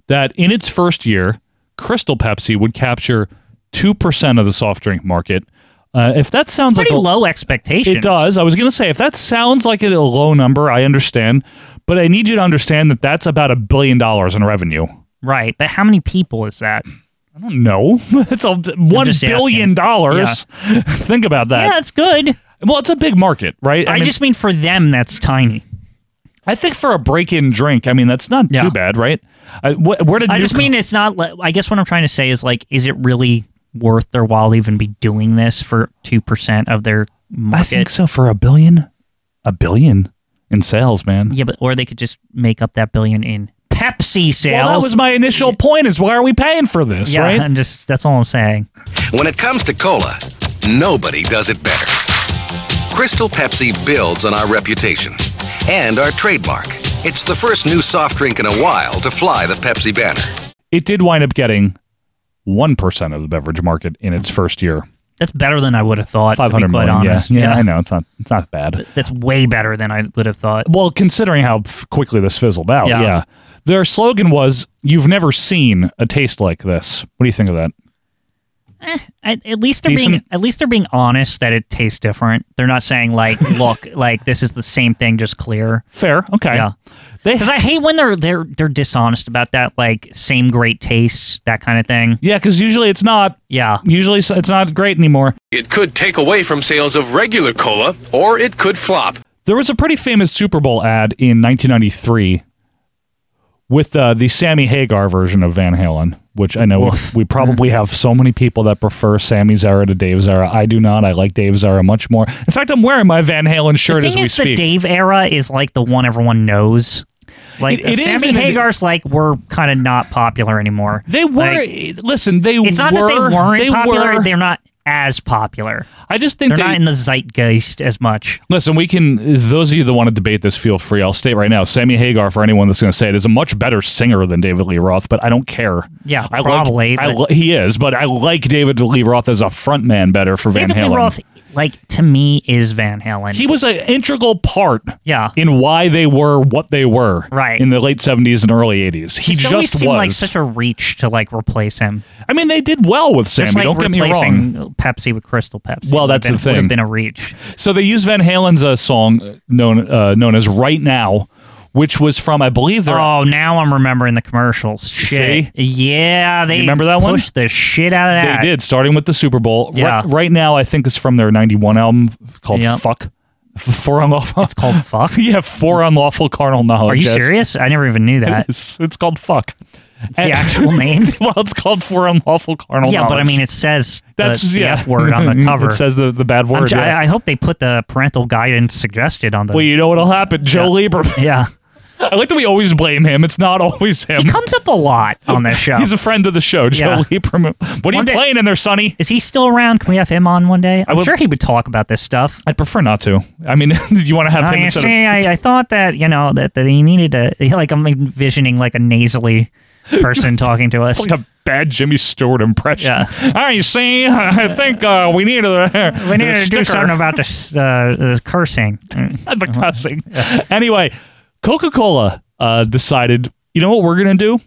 B: that in its first year, Crystal Pepsi would capture 2% of the soft drink market. Uh, if that sounds
C: Pretty
B: like a,
C: low expectations.
B: It does. I was going to say, if that sounds like a low number, I understand, but I need you to understand that that's about a billion dollars in revenue.
C: Right, but how many people is that?
B: I don't know. It's a one
C: just
B: billion
C: asking.
B: dollars. Think about that.
C: Yeah, it's good.
B: Well, it's a big market, right?
C: I, just mean for them that's tiny.
B: I think for a break-in drink, I mean that's not too bad, right? I, wh- where did
C: I
B: New-
C: just mean it's not. li- I guess what I'm trying to say is like, is it really worth their while to even be doing this for two percent of their market?
B: I think so for a billion, a billion in sales, man.
C: Yeah, but or they could just make up that billion in Pepsi sales.
B: Well, that was my initial point: is why are we paying for this,
C: yeah,
B: right?
C: I'm just that's all I'm saying.
O: When it comes to cola, nobody does it better. Crystal Pepsi builds on our reputation and our trademark. It's the first new soft drink in a while to fly the Pepsi banner.
B: It did wind up getting one percent of the beverage market in its first year.
C: That's better than I would have thought.
B: Five hundred
C: to be Mm. quite
B: million. yeah.
C: honest.
B: Yeah, I know it's not it's not bad.
C: That's way better than I would have thought.
B: Well, considering how f- quickly this fizzled out, yeah.
C: Yeah.
B: Their slogan was "You've never seen a taste like this." What do you think of that?
C: At, at least they're being
B: Decent.
C: at least they're being honest that it tastes different. They're not saying like, look, like this is the same thing, just clear.
B: Fair. Okay.
C: Yeah. Because I hate when they're they're they're dishonest about that, like same great taste, that kind of thing.
B: Yeah, because usually it's not.
C: Yeah.
B: Usually s- it's not great anymore.
Q: It could take away from sales of regular cola, or it could flop.
B: There was a pretty famous Super Bowl ad in 1993 with uh, the Sammy Hagar version of Van Halen, which I know we,
C: Woof.
B: we probably have so many people that prefer Sammy's era to Dave's era. I do not. I like Dave's era much more. In fact, I'm wearing my Van Halen
C: The
B: shirt
C: thing
B: as we
C: is, the
B: speak.
C: Dave era is like the one everyone knows. Like
B: It- it is,
C: Sammy
B: and it-
C: Hagar's, like we're kind of not popular anymore.
B: they were.
C: Like-
B: listen, they
C: it's not
B: were.
C: that they weren't
B: they
C: popular;
B: were-
C: they're not as popular.
B: I just think
C: they're
B: they-
C: not in the zeitgeist as much.
B: Listen, we can. Those of you that want to debate this, feel free. I'll state right now, Sammy Hagar, for anyone that's going to say it, is a much better singer than David Lee Roth. But I don't care.
C: Yeah,
B: I
C: probably,
B: Like, I
C: but-
B: li- he is, but I like David Lee Roth as a frontman better for
C: David
B: Van Halen.
C: Lee Roth, like to me, is Van Halen.
B: He was an integral part.
C: Yeah.
B: In why they were what they were.
C: Right.
B: In the late seventies and early eighties, he just,
C: always
B: was.
C: seemed like such a reach to like replace him.
B: I mean, they did well with Sammy.
C: Just like
B: don't get me
C: replacing
B: wrong.
C: Pepsi with Crystal Pepsi.
B: Well,
C: Would have
B: that's the
C: been- would have
B: thing.
C: been a reach.
B: So they used Van Halen's uh, song known uh, known as "Right Now," which was from, I believe, their
C: Oh, now I'm remembering the commercials. Shit.
B: See?
C: Yeah, they
B: remember that one?
C: pushed the shit out of that.
B: They did, starting with the Super Bowl. Ri-
C: Yeah.
B: Right, now, I think it's from their 91 album called
C: Yeah.
B: Fuck. F- Four unlawful. It's
C: called Fuck?
B: yeah, Four Unlawful Carnal Knowledge.
C: Are you
B: yes.
C: serious? I never even knew that.
B: It is. It's called Fuck.
C: It's the actual name.
B: well, it's called Four Unlawful Carnal
C: yeah,
B: Knowledge.
C: but I mean, it says
B: That's
C: That's, the,
B: yeah.
C: F word on the cover.
B: it says the, the bad
C: I'm
B: word.
C: ju-
B: yeah.
C: I, I hope they put the parental guidance suggested on the.
B: well, you know what'll happen. Joe
C: Yeah.
B: Lieberman.
C: yeah.
B: I like that we always blame him. It's not always him. He
C: comes up a lot on this show.
B: He's a friend of the show, Joe
C: Yeah.
B: Lieberman. What are
C: One
B: you
C: day-
B: playing in there, Sonny?
C: Is he still around? Can we have him on one day? I'm
B: would-
C: sure he would talk about this stuff.
B: I'd prefer not to. I mean, you want to have
C: Oh,
B: him
C: you
B: instead of-
C: see, I, I thought that you know that, that he needed to like I'm envisioning like a nasally person talking to us.
B: It's like a bad Jimmy Stewart impression. I see. I think uh, we need a
C: we need
B: a
C: to do
B: sticker.
C: something about this, uh, this cursing.
B: the cussing. anyway, Coca Cola uh, decided, you know what we're going to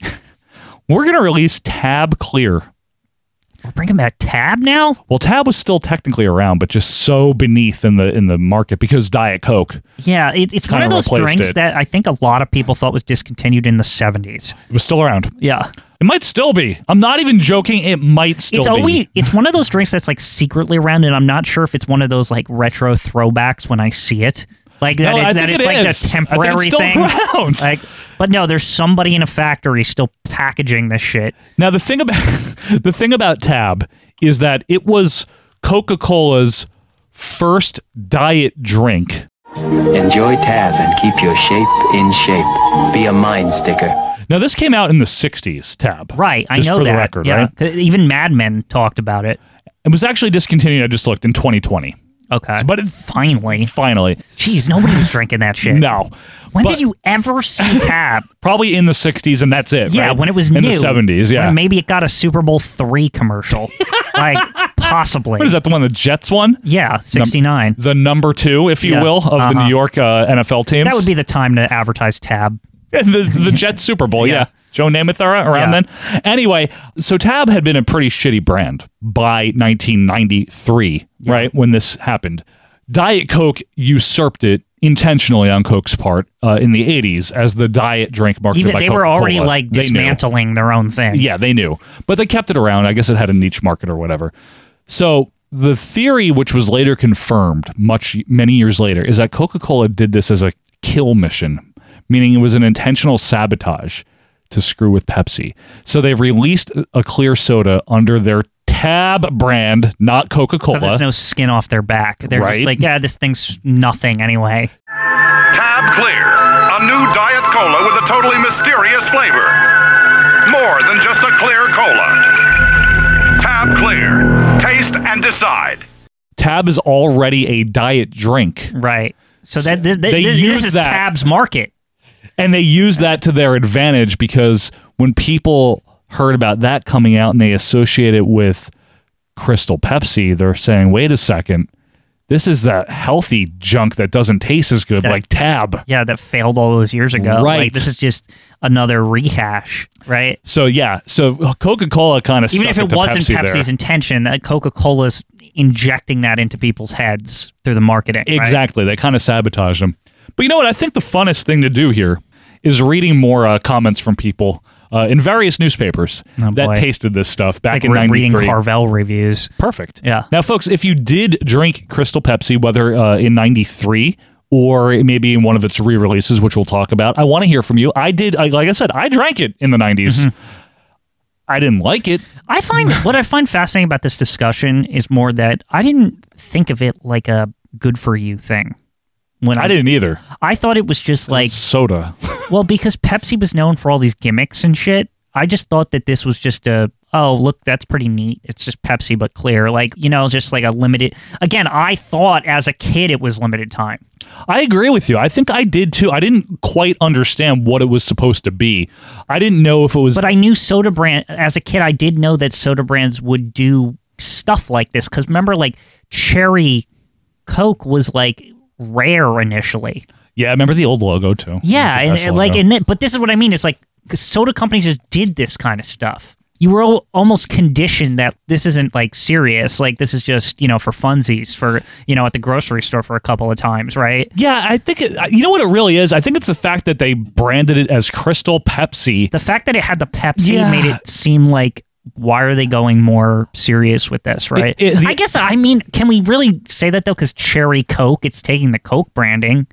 B: do? we're going to release Tab Clear.
C: We're bringing back Tab now.
B: Well, Tab was still technically around, but just so beneath in the in the market because Diet Coke.
C: Yeah, it, it's one
B: Kinda
C: of those
B: replaced
C: drinks
B: it.
C: that I think a lot of people thought was discontinued in the 70s.
B: It was still around.
C: Yeah.
B: It might still be. I'm not even joking. It might still
C: it's
B: be.
C: always it's one of those drinks that's like secretly around, and I'm not sure if it's one of those like retro throwbacks when I see it. Like that,
B: No,
C: it-
B: I
C: that
B: think
C: it's
B: it is.
C: like
B: I think it's
C: a temporary
B: still
C: thing.
B: around.
C: Like, but no, there's somebody in a factory still packaging this shit.
B: Now the thing about the thing about Tab is that it was Coca-Cola's first diet drink.
H: Enjoy Tab and keep your shape in shape. Be a mind sticker.
B: Now this came out in the '60s. Tab,
C: Right, I
B: Just
C: know
B: for
C: that.
B: the record,
C: yeah. Uh,
B: right?
C: Even Mad Men talked about it.
B: It was actually discontinued. I just looked in 2020.
C: Okay,
B: but it,
C: finally,
B: finally,
C: jeez, nobody was drinking that shit.
B: No,
C: When did you ever see Tab?
B: probably in the '60s, and that's it.
C: Yeah,
B: right?
C: when it was
B: in
C: new.
B: the '70s. Yeah,
C: When maybe it got a Super Bowl three commercial, like possibly.
B: What is that? The one the Jets won?
C: Yeah, sixty nine.
B: The number two, if you
C: Yeah,
B: will, of
C: uh-huh.
B: the New York uh, NFL teams.
C: That would be the time to advertise Tab.
B: the the Jets Super Bowl, yeah. Joe Namath era around
C: Yeah.
B: then. Anyway, so Tab had been a pretty shitty brand by 1993, right when this happened. Diet Coke usurped it intentionally on Coke's part uh, in the 80s as the diet drink marketed
C: Even
B: by
C: they were
B: Coca-Cola.
C: already like
B: They knew.
C: dismantling their own thing.
B: Yeah, they knew. But they kept it around. I guess it had a niche market or whatever. So the theory, which was later confirmed much many years later, is that Coca Cola did this as a kill mission, meaning it was an intentional sabotage to screw with Pepsi. So they released a clear soda under their Tab brand, not Coca
C: Because
B: Cola.
C: there's no skin off their back. They're
B: Right.
C: just like, yeah, this thing's nothing anyway.
M: Tab Clear, a new diet cola with a totally mysterious flavor. More than just a clear cola. Tab Clear. Taste and decide.
B: Tab is already a diet drink.
C: Right. So that this,
B: They
C: this,
B: use
C: this is
B: that-
C: Tab's market.
B: And they use that to their advantage because when people heard about that coming out and they associate it with Crystal Pepsi, they're saying, wait a second, this is that healthy junk that doesn't taste as good,
C: That-
B: like Tab.
C: Yeah, that failed all those years ago.
B: Right.
C: Like, this is just another rehash, right?
B: So, yeah, so Coca Cola kind of
C: Even if it wasn't Pepsi's intention, that Coca Cola's injecting that into people's heads through the marketing. right?
B: Exactly. They kind of sabotaged them. But you know what? I think the funnest thing to do here is reading more uh, comments from people uh, in various newspapers
C: Oh, boy.
B: that tasted this stuff back
C: Like
B: in
C: re- reading
B: '93.
C: Carvel reviews.
B: Perfect.
C: Yeah.
B: Now, folks, if you did drink Crystal Pepsi, whether uh, in '93 or maybe in one of its re-releases, which we'll talk about, I want to hear from you. I did, I, like I said, I drank it in the '90s.
C: Mm-hmm.
B: I didn't like it.
C: I find what I find fascinating about this discussion is more that I didn't think of it like a good for you thing. When
B: I, didn't either.
C: I thought it was just like
B: Soda.
C: well because Pepsi was known for all these gimmicks and shit. I just thought that this was just a oh look that's pretty neat. It's just Pepsi but clear like you know just like a limited. Again, I thought as a kid it was limited time.
B: I agree with you. I think I did too. I didn't quite understand what it was supposed to be. I didn't know if it was.
C: But I knew soda brand as a kid. I did know that soda brands would do stuff like this because remember, like cherry Coke was like rare initially.
B: yeah, I remember the old logo too. It was
C: Yeah,
B: the
C: and,
B: S
C: and, like,
B: logo.
C: and then, but this is what I mean. It's like 'cause soda companies just did this kind of stuff. You were al- almost conditioned that this isn't like serious. Like this is just you know for funsies for you know at the grocery store for a couple of times, right?
B: Yeah, I think it, you know what it really is. I think it's the fact that they branded it as Crystal Pepsi.
C: The fact that it had the Pepsi
B: Yeah.
C: made it seem like why are they going more serious with this, right?
B: It- it- the-
C: I guess I mean, can we really say that though? Because Cherry Coke, it's taking the Coke branding,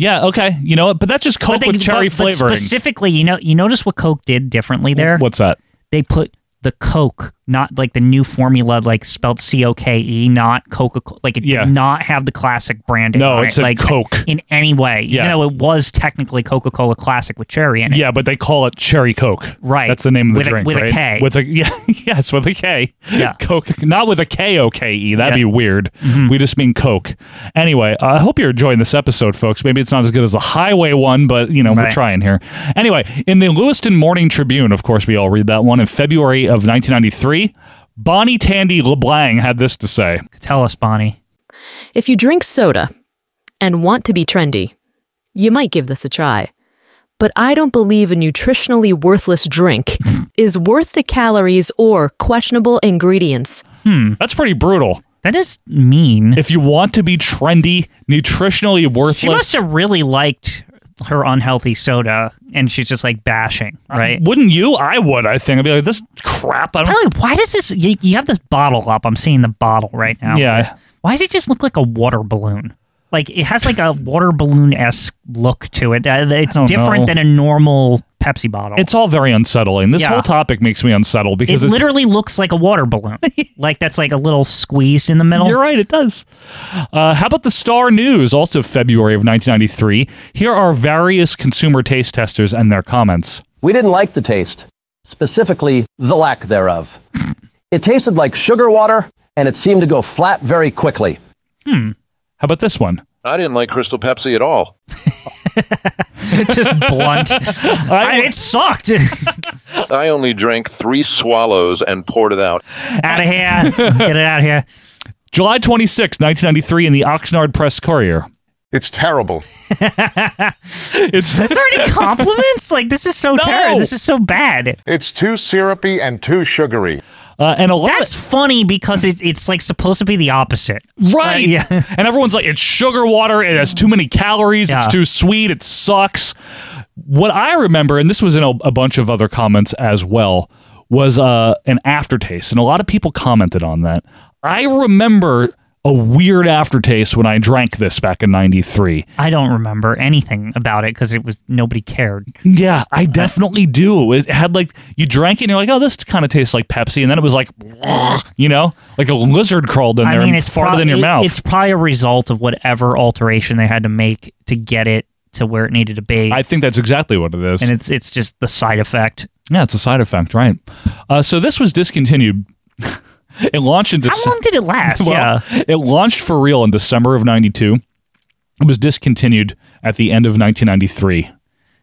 B: Yeah, okay. You know what? But that's just Coke
C: But they-
B: with cherry
C: but- but
B: flavoring.
C: specifically, you know, you notice what Coke did differently there.
B: What's that?
C: They put the Coke not like the new formula, like spelled C O K E, not Coca Cola. Like it
B: Yeah.
C: did not have the classic branding.
B: No,
C: on
B: it said
C: like
B: Coke.
C: in any way.
B: Yeah.
C: Even though it was technically Coca Cola Classic with cherry in it.
B: Yeah, but they call it cherry coke.
C: Right.
B: That's the name of the
C: With a-
B: drink.
C: with a
B: right?
C: K.
B: With a yeah, yes, with a K.
C: Yeah. Mm-hmm.
B: Coke, not with a K O K E. That'd be weird. We just mean Coke. Anyway, I hope you're enjoying this episode, folks. Maybe it's not as good as the highway one, but you know we're
C: Right.
B: trying here. Anyway, in the Lewiston Morning Tribune, of course, we all read that one in February of 1993. Bonnie Tandy LeBlanc had this to say.
C: Tell us, Bonnie.
I: If you drink soda and want to be trendy, you might give this a try. But I don't believe a nutritionally worthless drink is worth the calories or questionable ingredients.
B: Hmm. That's pretty brutal.
C: That is mean.
B: If you want to be trendy, nutritionally worthless.
C: She must have really liked her unhealthy soda and she's just like bashing,
B: Uh,
C: right?
B: wouldn't you? I would, I think. I'd be like, this crap. I don't
C: Probably, why does this? You, you have this bottle up. I'm seeing the bottle right now.
B: Yeah.
C: Why does it just look like a water balloon? Like it has like a water balloon esque look to it. Uh, It's
B: don't
C: different
B: know.
C: than a normal Pepsi bottle.
B: It's all very unsettling. This
C: Yeah.
B: whole topic makes me unsettled because
C: it
B: it's,
C: literally looks like a water balloon. like that's like a little squeezed in the middle.
B: You're right, it does. Uh, how about the Star News, also February of 1993? Here are various consumer taste testers and their comments.
J: We didn't like the taste, specifically the lack thereof. It tasted like sugar water, and it seemed to go flat very quickly.
B: Hmm. How about this one?
K: I didn't like Crystal Pepsi at all.
C: Just blunt. I, it sucked.
K: I only drank three swallows and poured it out.
C: out of here. Get it out of here.
B: July 26, 1993, in the Oxnard Press Courier.
W: It's terrible.
B: it's
C: That's already compliments. Like this is so terrible. This is so bad.
W: It's too syrupy and too sugary.
B: Uh, and a lot
C: That's funny because it, it's like supposed to be the opposite.
B: Right.
C: yeah.
B: and everyone's like, it's sugar water. It has too many calories. It's
C: Yeah.
B: too sweet. It sucks. What I remember, and this was in a, a bunch of other comments as well, was uh, an aftertaste. And a lot of people commented on that. I remember a weird aftertaste when I drank this back in 93.
C: I don't remember anything about it because it was nobody cared.
B: Yeah, I definitely do. It had like, you drank it and you're like, oh, this kind of tastes like Pepsi. And then it was like, you know, like a lizard crawled in there
C: I mean,
B: and
C: it's
B: farted
C: prob-
B: in your
C: it-
B: mouth.
C: It's probably a result of whatever alteration they had to make to get it to where it needed to be,
B: I think that's exactly what it is.
C: and it's it's just the side effect.
B: Yeah, it's a side effect, right? Uh, so this was discontinued. it launched in
C: How
B: December.
C: long did it last? yeah,
B: it launched for real in December of '92. It was discontinued at the end of 1993.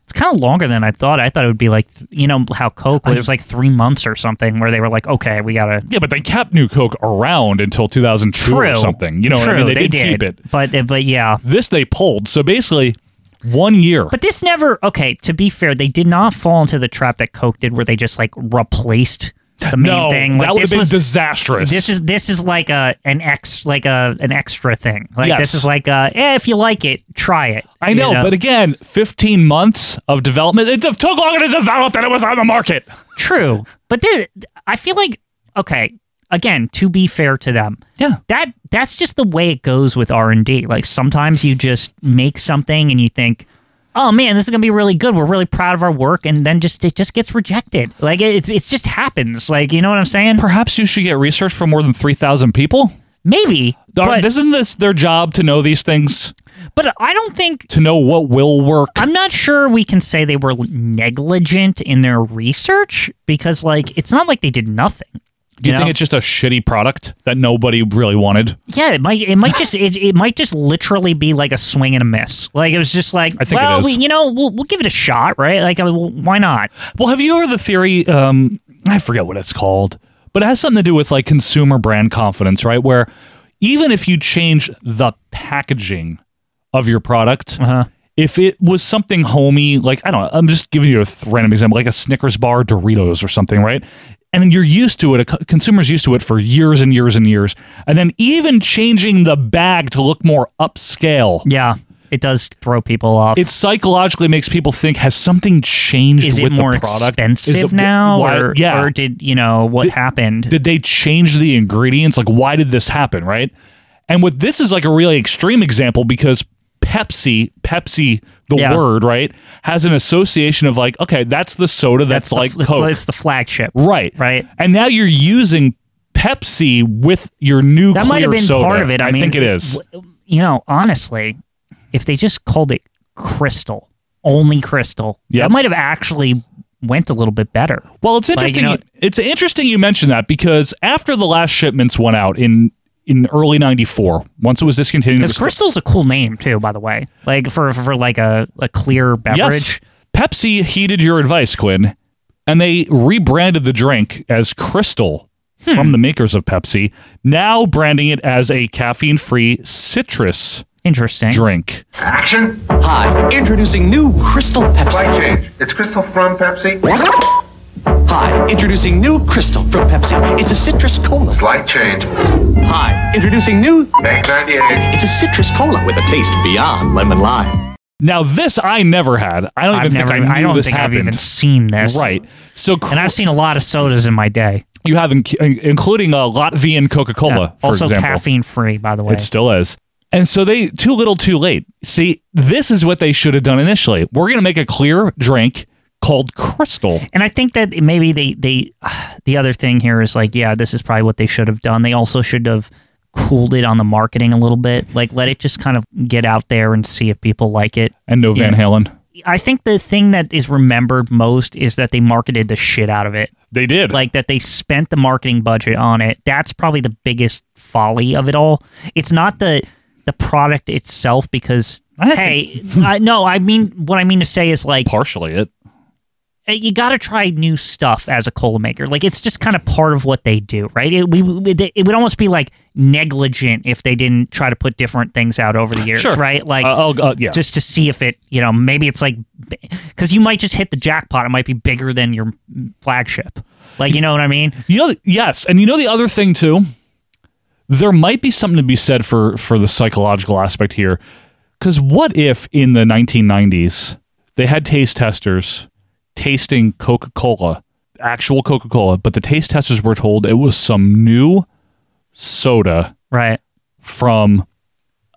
C: it's kind of longer than I thought. I thought it would be like you know how Coke was, it was like three months or something, where they were like, okay, we gotta
B: Yeah, but they kept New Coke around until 2002
C: true
B: or something. You know what I
C: True,
B: mean? They, did, keep it.
C: but but yeah.
B: This they pulled. So basically, one year.
C: But this never okay. To be fair, they did not fall into the trap that Coke did, where they just like replaced the main
B: no,
C: thing. Like,
B: that would have
C: this
B: been
C: was-
B: disastrous.
C: This is this is like a an ex like a an extra thing. Like
B: Yes.
C: this is like uh eh, if you like it, try it.
B: I know, but again, 15 months of development. It took longer to develop than it was on the market.
C: true. But there, I feel like okay. Again, to be fair to them,
B: yeah,
C: that that's just the way it goes with R and D. Like sometimes you just make something and you think, oh man, this is gonna be really good. We're really proud of our work, and then just it just gets rejected. Like it's it's just happens. Like you know what I'm saying?
B: Perhaps you should get research from more than 3,000 people.
C: Maybe.
B: Aren't-
C: but-
B: isn't this their job to know these things?
C: But I don't think
B: to know what will work.
C: I'm not sure we can say they were negligent in their research because, like, it's not like they did nothing.
B: Do you
C: Yeah.
B: think it's just a shitty product that nobody really wanted?
C: Yeah, it might it might just it, it might just literally be like a swing and a miss. Like it was just like,
B: I think it
C: well,
B: is.
C: we, you know, we'll, we'll give it a shot, right? Like, I mean, well, why not?
B: Well, have you heard the theory? Um, I forget what it's called, but it has something to do with like consumer brand confidence, right? Where even if you change the packaging of your product, if it was something homey, like I don't know, I'm just giving you a th- random example, like a Snickers bar, Doritos, or something, right? And you're used to it, a co- consumer's used to it for years and years and years. And then even changing the bag to look more upscale.
C: Yeah, it does throw people off.
B: It psychologically makes people think, has something changed
C: Is it
B: with
C: more
B: the product? Is
C: expensive
B: it-
C: now,
B: why-
C: or
B: yeah.
C: or did you know what happened?
B: did they change the ingredients? Like, why did this happen? Right. And what this is like a really extreme example because Pepsi, Pepsi, the
C: Yeah.
B: word, right, has an association of like, okay, that's the soda that's,
C: the-
B: like
C: it's-
B: Coke.
C: it's the flagship.
B: Right. Right. And now you're using Pepsi with your new
C: That
B: clear
C: might have been
B: soda.
C: part of it. I, mean,
B: think it is.
C: w- You know, honestly, if they just called it Crystal, only Crystal, that might have actually went a little bit better.
B: Well, it's
C: Like, you
B: interesting.
C: know-
B: it's interesting you mentioned that because after the last shipments went out in in early '94, once it was discontinued, it
C: Because
B: was still-
C: Crystal's a cool name too, by the way. Like for for like a, a clear beverage.
B: Yes. Pepsi heeded your advice, Quinn, and they rebranded the drink as Crystal
C: Hmm.
B: from the makers of Pepsi, now branding it as a caffeine free citrus
C: interesting
B: drink.
D: Action. Hi, introducing new Crystal Pepsi. Slight change. It's Crystal from Pepsi. Hi, introducing new Crystal from Pepsi. It's a citrus cola. Slight change. Hi, introducing new Bank 98. It's a citrus cola with a taste beyond lemon lime.
B: Now this I never had. I don't
C: I've
B: even think
C: never-
B: I knew
C: I don't
B: this
C: think I've
B: happened.
C: even seen this.
B: Right. So
C: And I've seen a lot of sodas in my day.
B: You have, inc- including uh, Latvian Coca Cola,
C: Yeah.
B: Uh, for
C: also
B: example.
C: caffeine free, by the way.
B: It still is. And so they too little, too late. See, this is what they should have done initially. We're going to make a clear drink called Crystal.
C: And I think that maybe they they the other thing here is like, yeah, this is probably what they should have done. They also should have cooled it on the marketing a little bit. Like let it just kind of get out there and see if people like it.
B: And no Van Halen.
C: I think the thing that is remembered most is that they marketed the shit out of it.
B: They did.
C: Like that they spent the marketing budget on it. That's probably the biggest folly of it all. It's not the the product itself because hey, I, no, I mean what I mean to say is like eh,
B: partially it.
C: You got to try new stuff as a cola maker. Like it's just kind of part of what they do, right? It, we it would almost be like negligent if they didn't try to put different things out over the years,
B: Sure.
C: right? Like
B: Uh, oh, uh, yeah.
C: just to see if it, you know, maybe it's like because you might just hit the jackpot. It might be bigger than your flagship. Like you know what I mean?
B: You know, yes, and you know the other thing too. There might be something to be said for for the psychological aspect here, because what if in the 1990s they had taste testers tasting Coca Cola, actual Coca Cola, but the taste testers were told it was some new soda,
C: right,
B: from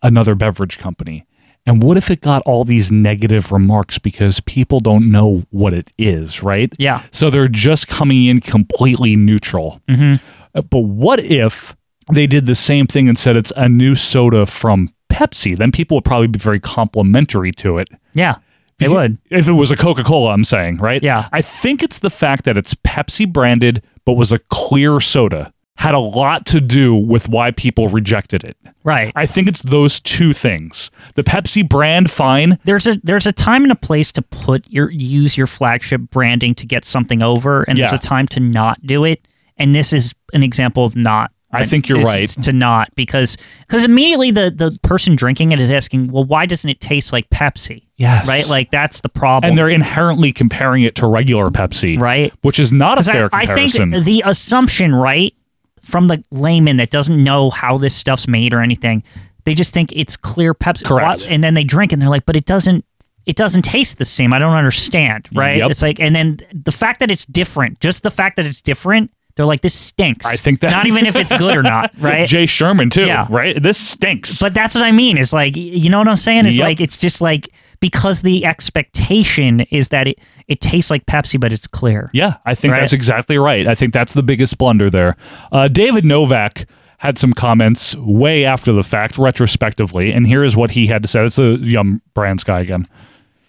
B: another beverage company. And what if it got all these negative remarks because people don't know what it is, right?
C: Yeah.
B: So they're just coming in completely neutral.
C: Mm-hmm.
B: Uh, But what if they did the same thing and said it's a new soda from Pepsi? Then people would probably be very complimentary to it.
C: Yeah, they would.
B: If it was a Coca Cola, I'm saying, right? Yeah. I think it's the fact that it's Pepsi branded, but was a clear soda, had a lot to do with why people rejected it.
C: Right.
B: I think it's those two things. The Pepsi brand, fine.
C: There's a there's a time and a place to put your use your flagship branding to get something over, and
B: Yeah.
C: there's a time to not do it. And this is an example of not.
B: I think you're
C: It's-
B: right.
C: it's To not because because immediately the the person drinking it is asking, well, why doesn't it taste like Pepsi?
B: Yes.
C: Right. Like that's the problem.
B: And they're inherently comparing it to regular Pepsi.
C: Right.
B: Which is not a
C: 'Cause I-
B: fair
C: I,
B: comparison.
C: think the assumption, right, from the layman that doesn't know how this stuff's made or anything, they just think it's clear Pepsi.
B: Correct.
C: Why- And then they drink and they're like, but it doesn't. It doesn't taste the same. I don't understand, right?
B: Yep.
C: It's like, and then the fact that it's different, just the fact that it's different, they're like, this stinks.
B: I think that
C: not even if it's good or not, right?
B: Jay Sherman too,
C: Yeah.
B: right? This stinks.
C: But that's what I mean. Is like, y- you know what I'm saying? It's
B: Yep.
C: like, it's just like because the expectation is that it it tastes like Pepsi, but it's clear.
B: Yeah, I think
C: Right.
B: that's exactly right. I think that's the biggest blunder there. Uh, David Novak had some comments way after the fact, retrospectively, and here is what he had to say. It's the Yum Brands guy again.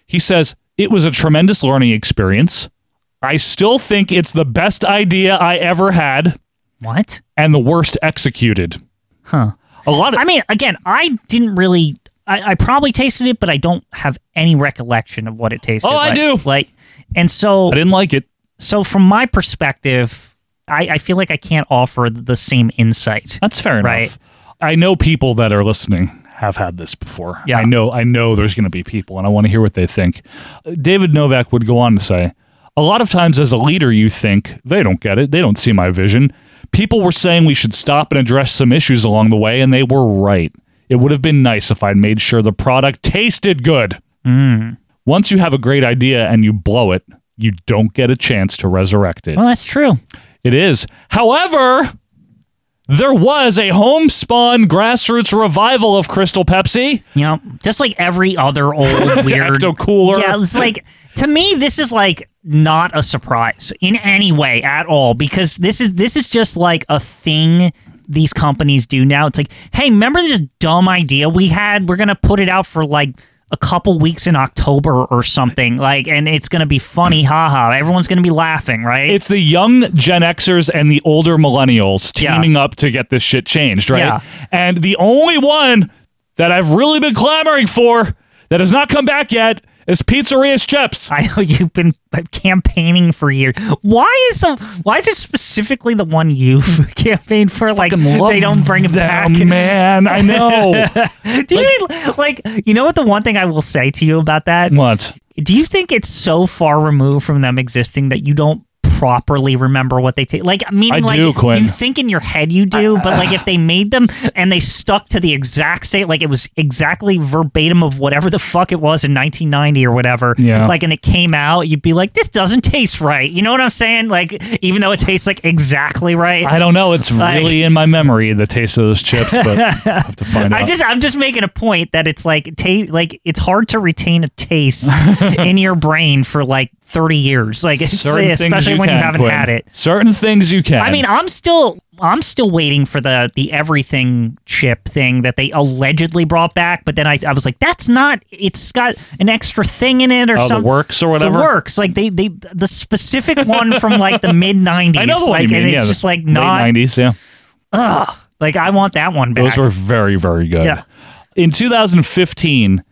B: He says, It was a tremendous learning experience. I still think it's the best idea I ever had.
C: What?
B: And the worst executed.
C: Huh.
B: A lot of
C: I mean, again, I didn't really I, I probably tasted it, but I don't have any recollection of what it tasted
B: Oh, I
C: like.
B: do.
C: Like and so I
B: didn't like it.
C: So from my perspective, I, I feel like I can't offer the same insight.
B: That's fair enough.
C: Right.
B: I know people that are listening have had this before.
C: Yeah.
B: I know I know there's going to be people and I want to hear what they think. Uh, David Novak would go on to say, "A lot of times as a leader you think they don't get it. They don't see my vision. People were saying we should stop and address some issues along the way and they were right. It would have been nice if I'd made sure the product tasted good."
C: Mm.
B: Once you have a great idea and you blow it, you don't get a chance to resurrect it.
C: Well, that's true.
B: It is. However, There was a homespun grassroots revival of Crystal Pepsi.
C: Yep. Just like every other old weird
B: Ecto Cooler.
C: Yeah, it's like to me this is like not a surprise in any way at all because this is this is just like a thing these companies do now. It's like, hey, remember this dumb idea we had? We're gonna put it out for like a couple weeks in October or something like, and it's gonna be funny, haha. Everyone's gonna be laughing, right?
B: It's the young Gen Xers and the older millennials teaming up to get this shit changed, right?
C: Yeah.
B: And the only one that I've really been clamoring for that has not come back yet is Pizzeria's Chips. Oh,
C: I know you've been campaigning for years. Why is the why is it specifically the one you've campaigned for? Like
B: love
C: they don't bring it
B: them,
C: back,
B: man. I know.
C: do you like you know what the one thing I will say to you about that?
B: What?
C: Do you think it's so far removed from them existing that you don't properly remember what they take? Like meaning
B: I
C: like
B: do, Quinn.
C: you think in your head you do, but like if they made them and they stuck to the exact same like it was exactly verbatim of whatever the fuck it was in 1990 or whatever.
B: Yeah.
C: Like and it came out, you'd be like this doesn't taste right. You know what I'm saying? Like even though it tastes like exactly right.
B: I don't know. It's
C: Like-
B: really in my memory the taste of those chips, but I have to find out.
C: I just I'm just making a point that it's like ta- like it's hard to retain a taste in your brain for like 30 years. Like it's,
B: Certain things
C: especially when
B: can,
C: you haven't
B: Quinn.
C: had it.
B: Certain things you can.
C: I mean, I'm still I'm still waiting for the the everything chip thing that they allegedly brought back, but then I, I was like, that's not. It's got an extra thing in it or
B: Oh, the
C: something.
B: works or whatever?
C: The works like they they the specific one from like the mid 90s.
B: I know the
C: like,
B: one you mean.
C: And it's
B: yeah,
C: just
B: the
C: like
B: late
C: not.
B: 90s. Yeah.
C: Ugh. Like I want that one back.
B: Those were very, very good.
C: Yeah.
B: In 2015,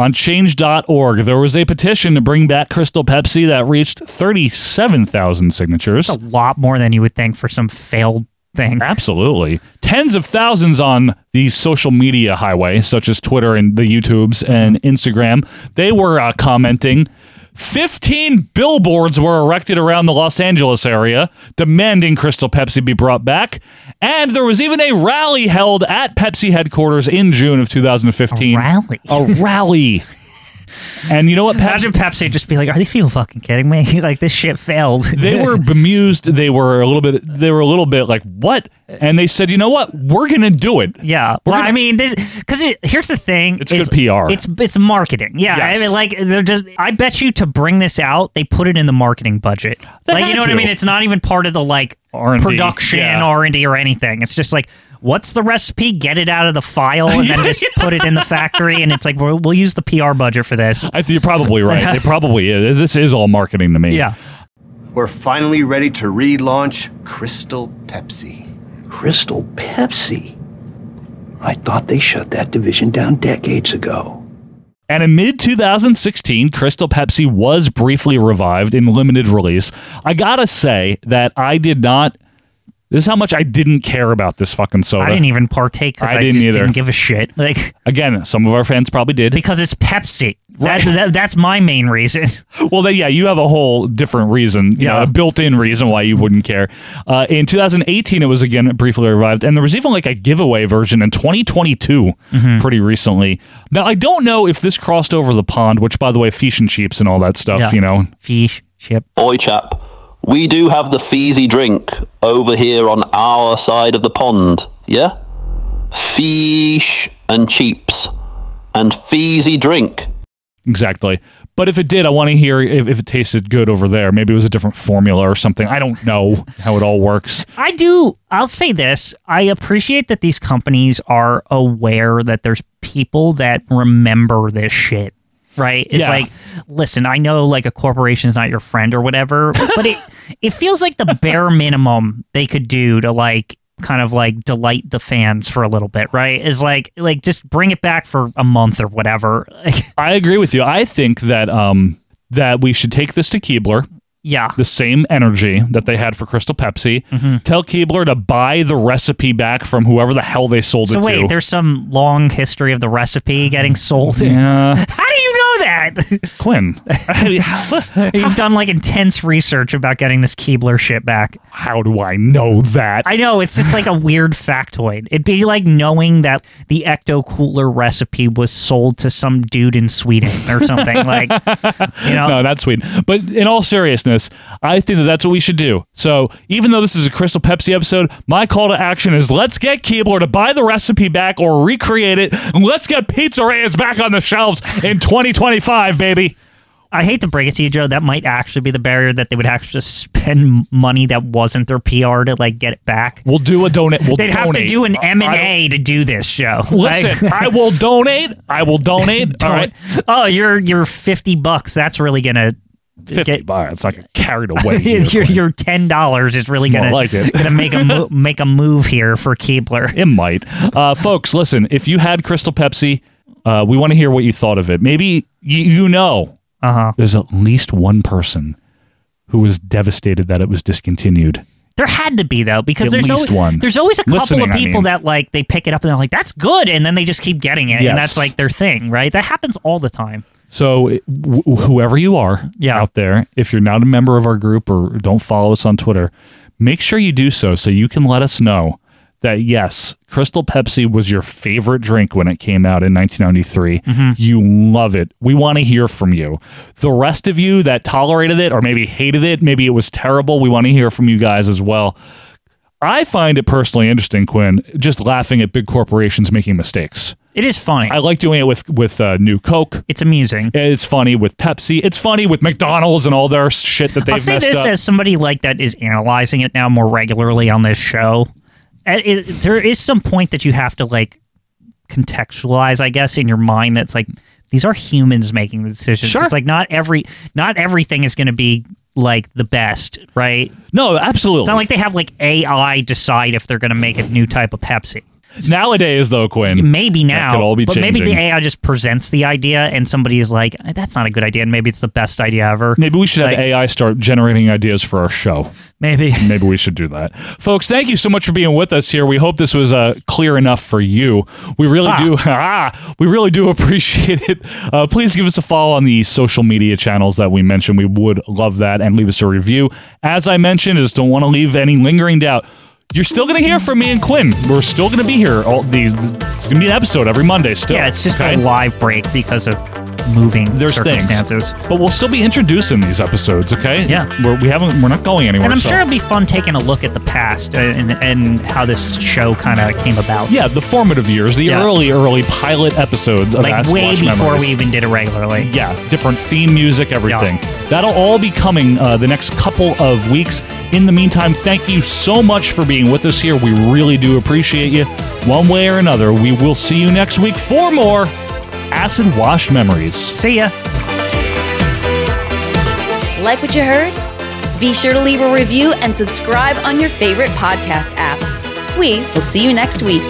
B: on change.org, there was a petition to bring back Crystal Pepsi that reached 37,000 signatures.
C: a lot more than you would think for some failed thing.
B: Absolutely. Tens of thousands on the social media highway, such as Twitter and the YouTubes and Instagram. They were uh, commenting. 15 billboards were erected around the Los Angeles area demanding Crystal Pepsi be brought back. And there was even a rally held at Pepsi headquarters in June of 2015. A
C: rally?
B: A rally. and you know what, Pepsi?
C: Oh, Imagine Pepsi just be like, "Are these people fucking kidding me? like this shit failed."
B: they were bemused. They were a little bit. They were a little bit like, "What?" And they said, "You know what? We're gonna do it."
C: Yeah.
B: We're
C: Well,
B: gonna-
C: I mean, this because here's the thing:
B: It's good PR.
C: It's it's marketing. Yeah,
B: Yes.
C: I mean, like they're just. I bet you to bring this out, they put it in the marketing budget.
B: They
C: like
B: had
C: you know what I
B: to.
C: mean? It's not even part of the like
B: R&D,
C: production
B: yeah.
C: R and D or anything. It's just like. What's the recipe? Get it out of the file and then just put it in the factory. And it's like, we'll, we'll use the PR budget for this.
B: I think you're probably right. It probably is. This is all marketing to me.
C: Yeah.
G: We're finally ready to relaunch Crystal Pepsi.
H: Crystal Pepsi? I thought they shut that division down decades ago.
B: And in mid 2016, Crystal Pepsi was briefly revived in limited release. I gotta say that I did not. This is how much I didn't care about this fucking soda.
C: I didn't e- even partake because I, just didn't give a shit. Like
B: Again, some of our fans probably did.
C: because it's Pepsi. That, that, that's my main reason.
B: Well, then, yeah, you have a whole different reason, you know, a built-in reason why you wouldn't care. Uh, in 2018, it was again briefly revived, and there was even like a giveaway version in 2022, pretty recently. Now, I don't know if this crossed over the pond, which, by the way, fish and cheeps and all that stuff,
C: Yeah.
B: you know,
C: fish chip.
L: Oi, chap. We do have the feezy drink over here on our side of the pond, yeah? Fish and cheeps. And feezy drink.
B: exactly. But if it did, I want to hear if, if it tasted good over there. Maybe it was a different formula or something. I don't know how it all works.
C: I do. I'll say this. I appreciate that these companies are aware that there's people that remember this shit. Right? It's
B: Yeah.
C: like, listen, I know like a corporation's not your friend or whatever, but it it feels like the bare minimum they could do to like kind of like delight the fans for a little bit, right? Is like like just bring it back for a month or whatever.
B: I agree with you. I think that um that we should take this to Keebler.
C: Yeah.
B: The same energy that they had for Crystal Pepsi.
C: Mm-hmm.
B: Tell Keebler to buy the recipe back from whoever the hell they sold
C: so
B: it
C: wait,
B: to. Mm-hmm.
C: there's some long history of the recipe getting sold.
B: Yeah.
C: How do you know that?
B: Quinn.
C: You've done like intense research about getting this Keebler shit back.
B: How do I know that?
C: I know, it's just like a weird factoid. It'd be like knowing that the Ecto Cooler recipe was sold to some dude in Sweden or something. like, you know,
B: no, not Sweden. But in all seriousness, I think that that's what we should do. So even though this is a Crystal Pepsi episode, my call to action is let's get Keebler to buy the recipe back or recreate it. And let's get Pizza Ranch back on the shelves in 2025, baby.
C: I hate to break it to you, Joe. That might actually be the barrier that they would actually spend money that wasn't their PR to like get it back.
B: We'll do a donate. We'll
C: They'd have to
B: donate.
C: do an
B: I-
C: M and A to do this show.
B: Listen, I will donate. I will donate. All right.
C: Oh, you're you're fifty bucks. That's really gonna.
B: 50
C: get-
B: bucks. It's like a carried away. here,
C: your, your ten dollars is really
B: More
C: gonna
B: like it.
C: gonna make a mo- make a move here for Keebler.
B: It might, uh, folks. Listen, if you had Crystal Pepsi, uh, we want to hear what you thought of it. Maybe you, you know there's at least one person who was devastated that it was discontinued.
C: There had to be though, because
B: At
C: there's
B: least
C: always
B: one.
C: there's always a couple
B: Listening,
C: of
B: I
C: people
B: mean.
C: that like they pick it up and they're like, "That's good," and then they just keep getting it,
B: Yes.
C: and that's like their thing, right? That happens all the time.
B: So, wh- whoever you are out there, if you're not a member of our group or don't follow us on Twitter, make sure you do so so you can let us know that yes, Crystal Pepsi was your favorite drink when it came out in 1993. You love it. We want to hear from you. The rest of you that tolerated it or maybe hated it, maybe it was terrible, we want to hear from you guys as well. I find it personally interesting, Quinn, just laughing at big corporations making mistakes.
C: It is funny.
B: I like doing it with with uh, New Coke.
C: It's amusing.
B: It's funny with Pepsi. It's funny with McDonald's and all their shit that they've
C: I'll say
B: messed
C: this
B: up.
C: as somebody like that is analyzing it now more regularly on this show. And it- there is some point that you have to like contextualize, I guess, in your mind. That's like these are humans making the decisions.
B: Sure.
C: It's like not every not everything is going to be like the best, right?
B: No, absolutely.
C: It's not like they have like AI decide if they're going to make a new type of Pepsi.
B: Nowadays, though, Quinn,
C: Maybe now,
B: that could all be
C: but
B: changing.
C: maybe the AI just presents the idea, and somebody is like, "Eh, "That's not a good idea," and maybe it's the best idea ever.
B: Maybe we should have
C: Like-
B: AI start generating ideas for our show.
C: Maybe.
B: Maybe we should do that. Folks, thank you so much for being with us here. We hope this was uh, clear enough for you. We really do ah, we really do appreciate it. Uh, please give us a follow on the social media channels that we mentioned. We would love that and leave us a review. As I mentioned, I just don't want to leave any lingering doubt. You're still going to hear from me and Quinn. We're still going to be here. All the, it's going to be an episode every Monday still.
C: Yeah, it's just a live break because of moving
B: There's
C: circumstances.
B: things, but we'll still be introducing these episodes. Okay.
C: Yeah.
B: We're, we haven't. We're not going anywhere.
C: And I'm
B: so-
C: sure it'll be fun taking a look at the past and, and how this show kind of came about.
B: Yeah, the formative years, the
C: Yeah.
B: early, early pilot episodes of
C: like
B: Ask
C: way
B: Watch
C: before
B: Memories.
C: we even did it regularly.
B: Yeah, different theme music, everything. That'll all be coming uh, the next couple of weeks. In the meantime, thank you so much for being with us here. We really do appreciate you. One way or another, we will see you next week for more acid washed memories. See
C: ya.
A: Like what you heard? Be sure to leave a review and subscribe on your favorite podcast app. We will see you next week.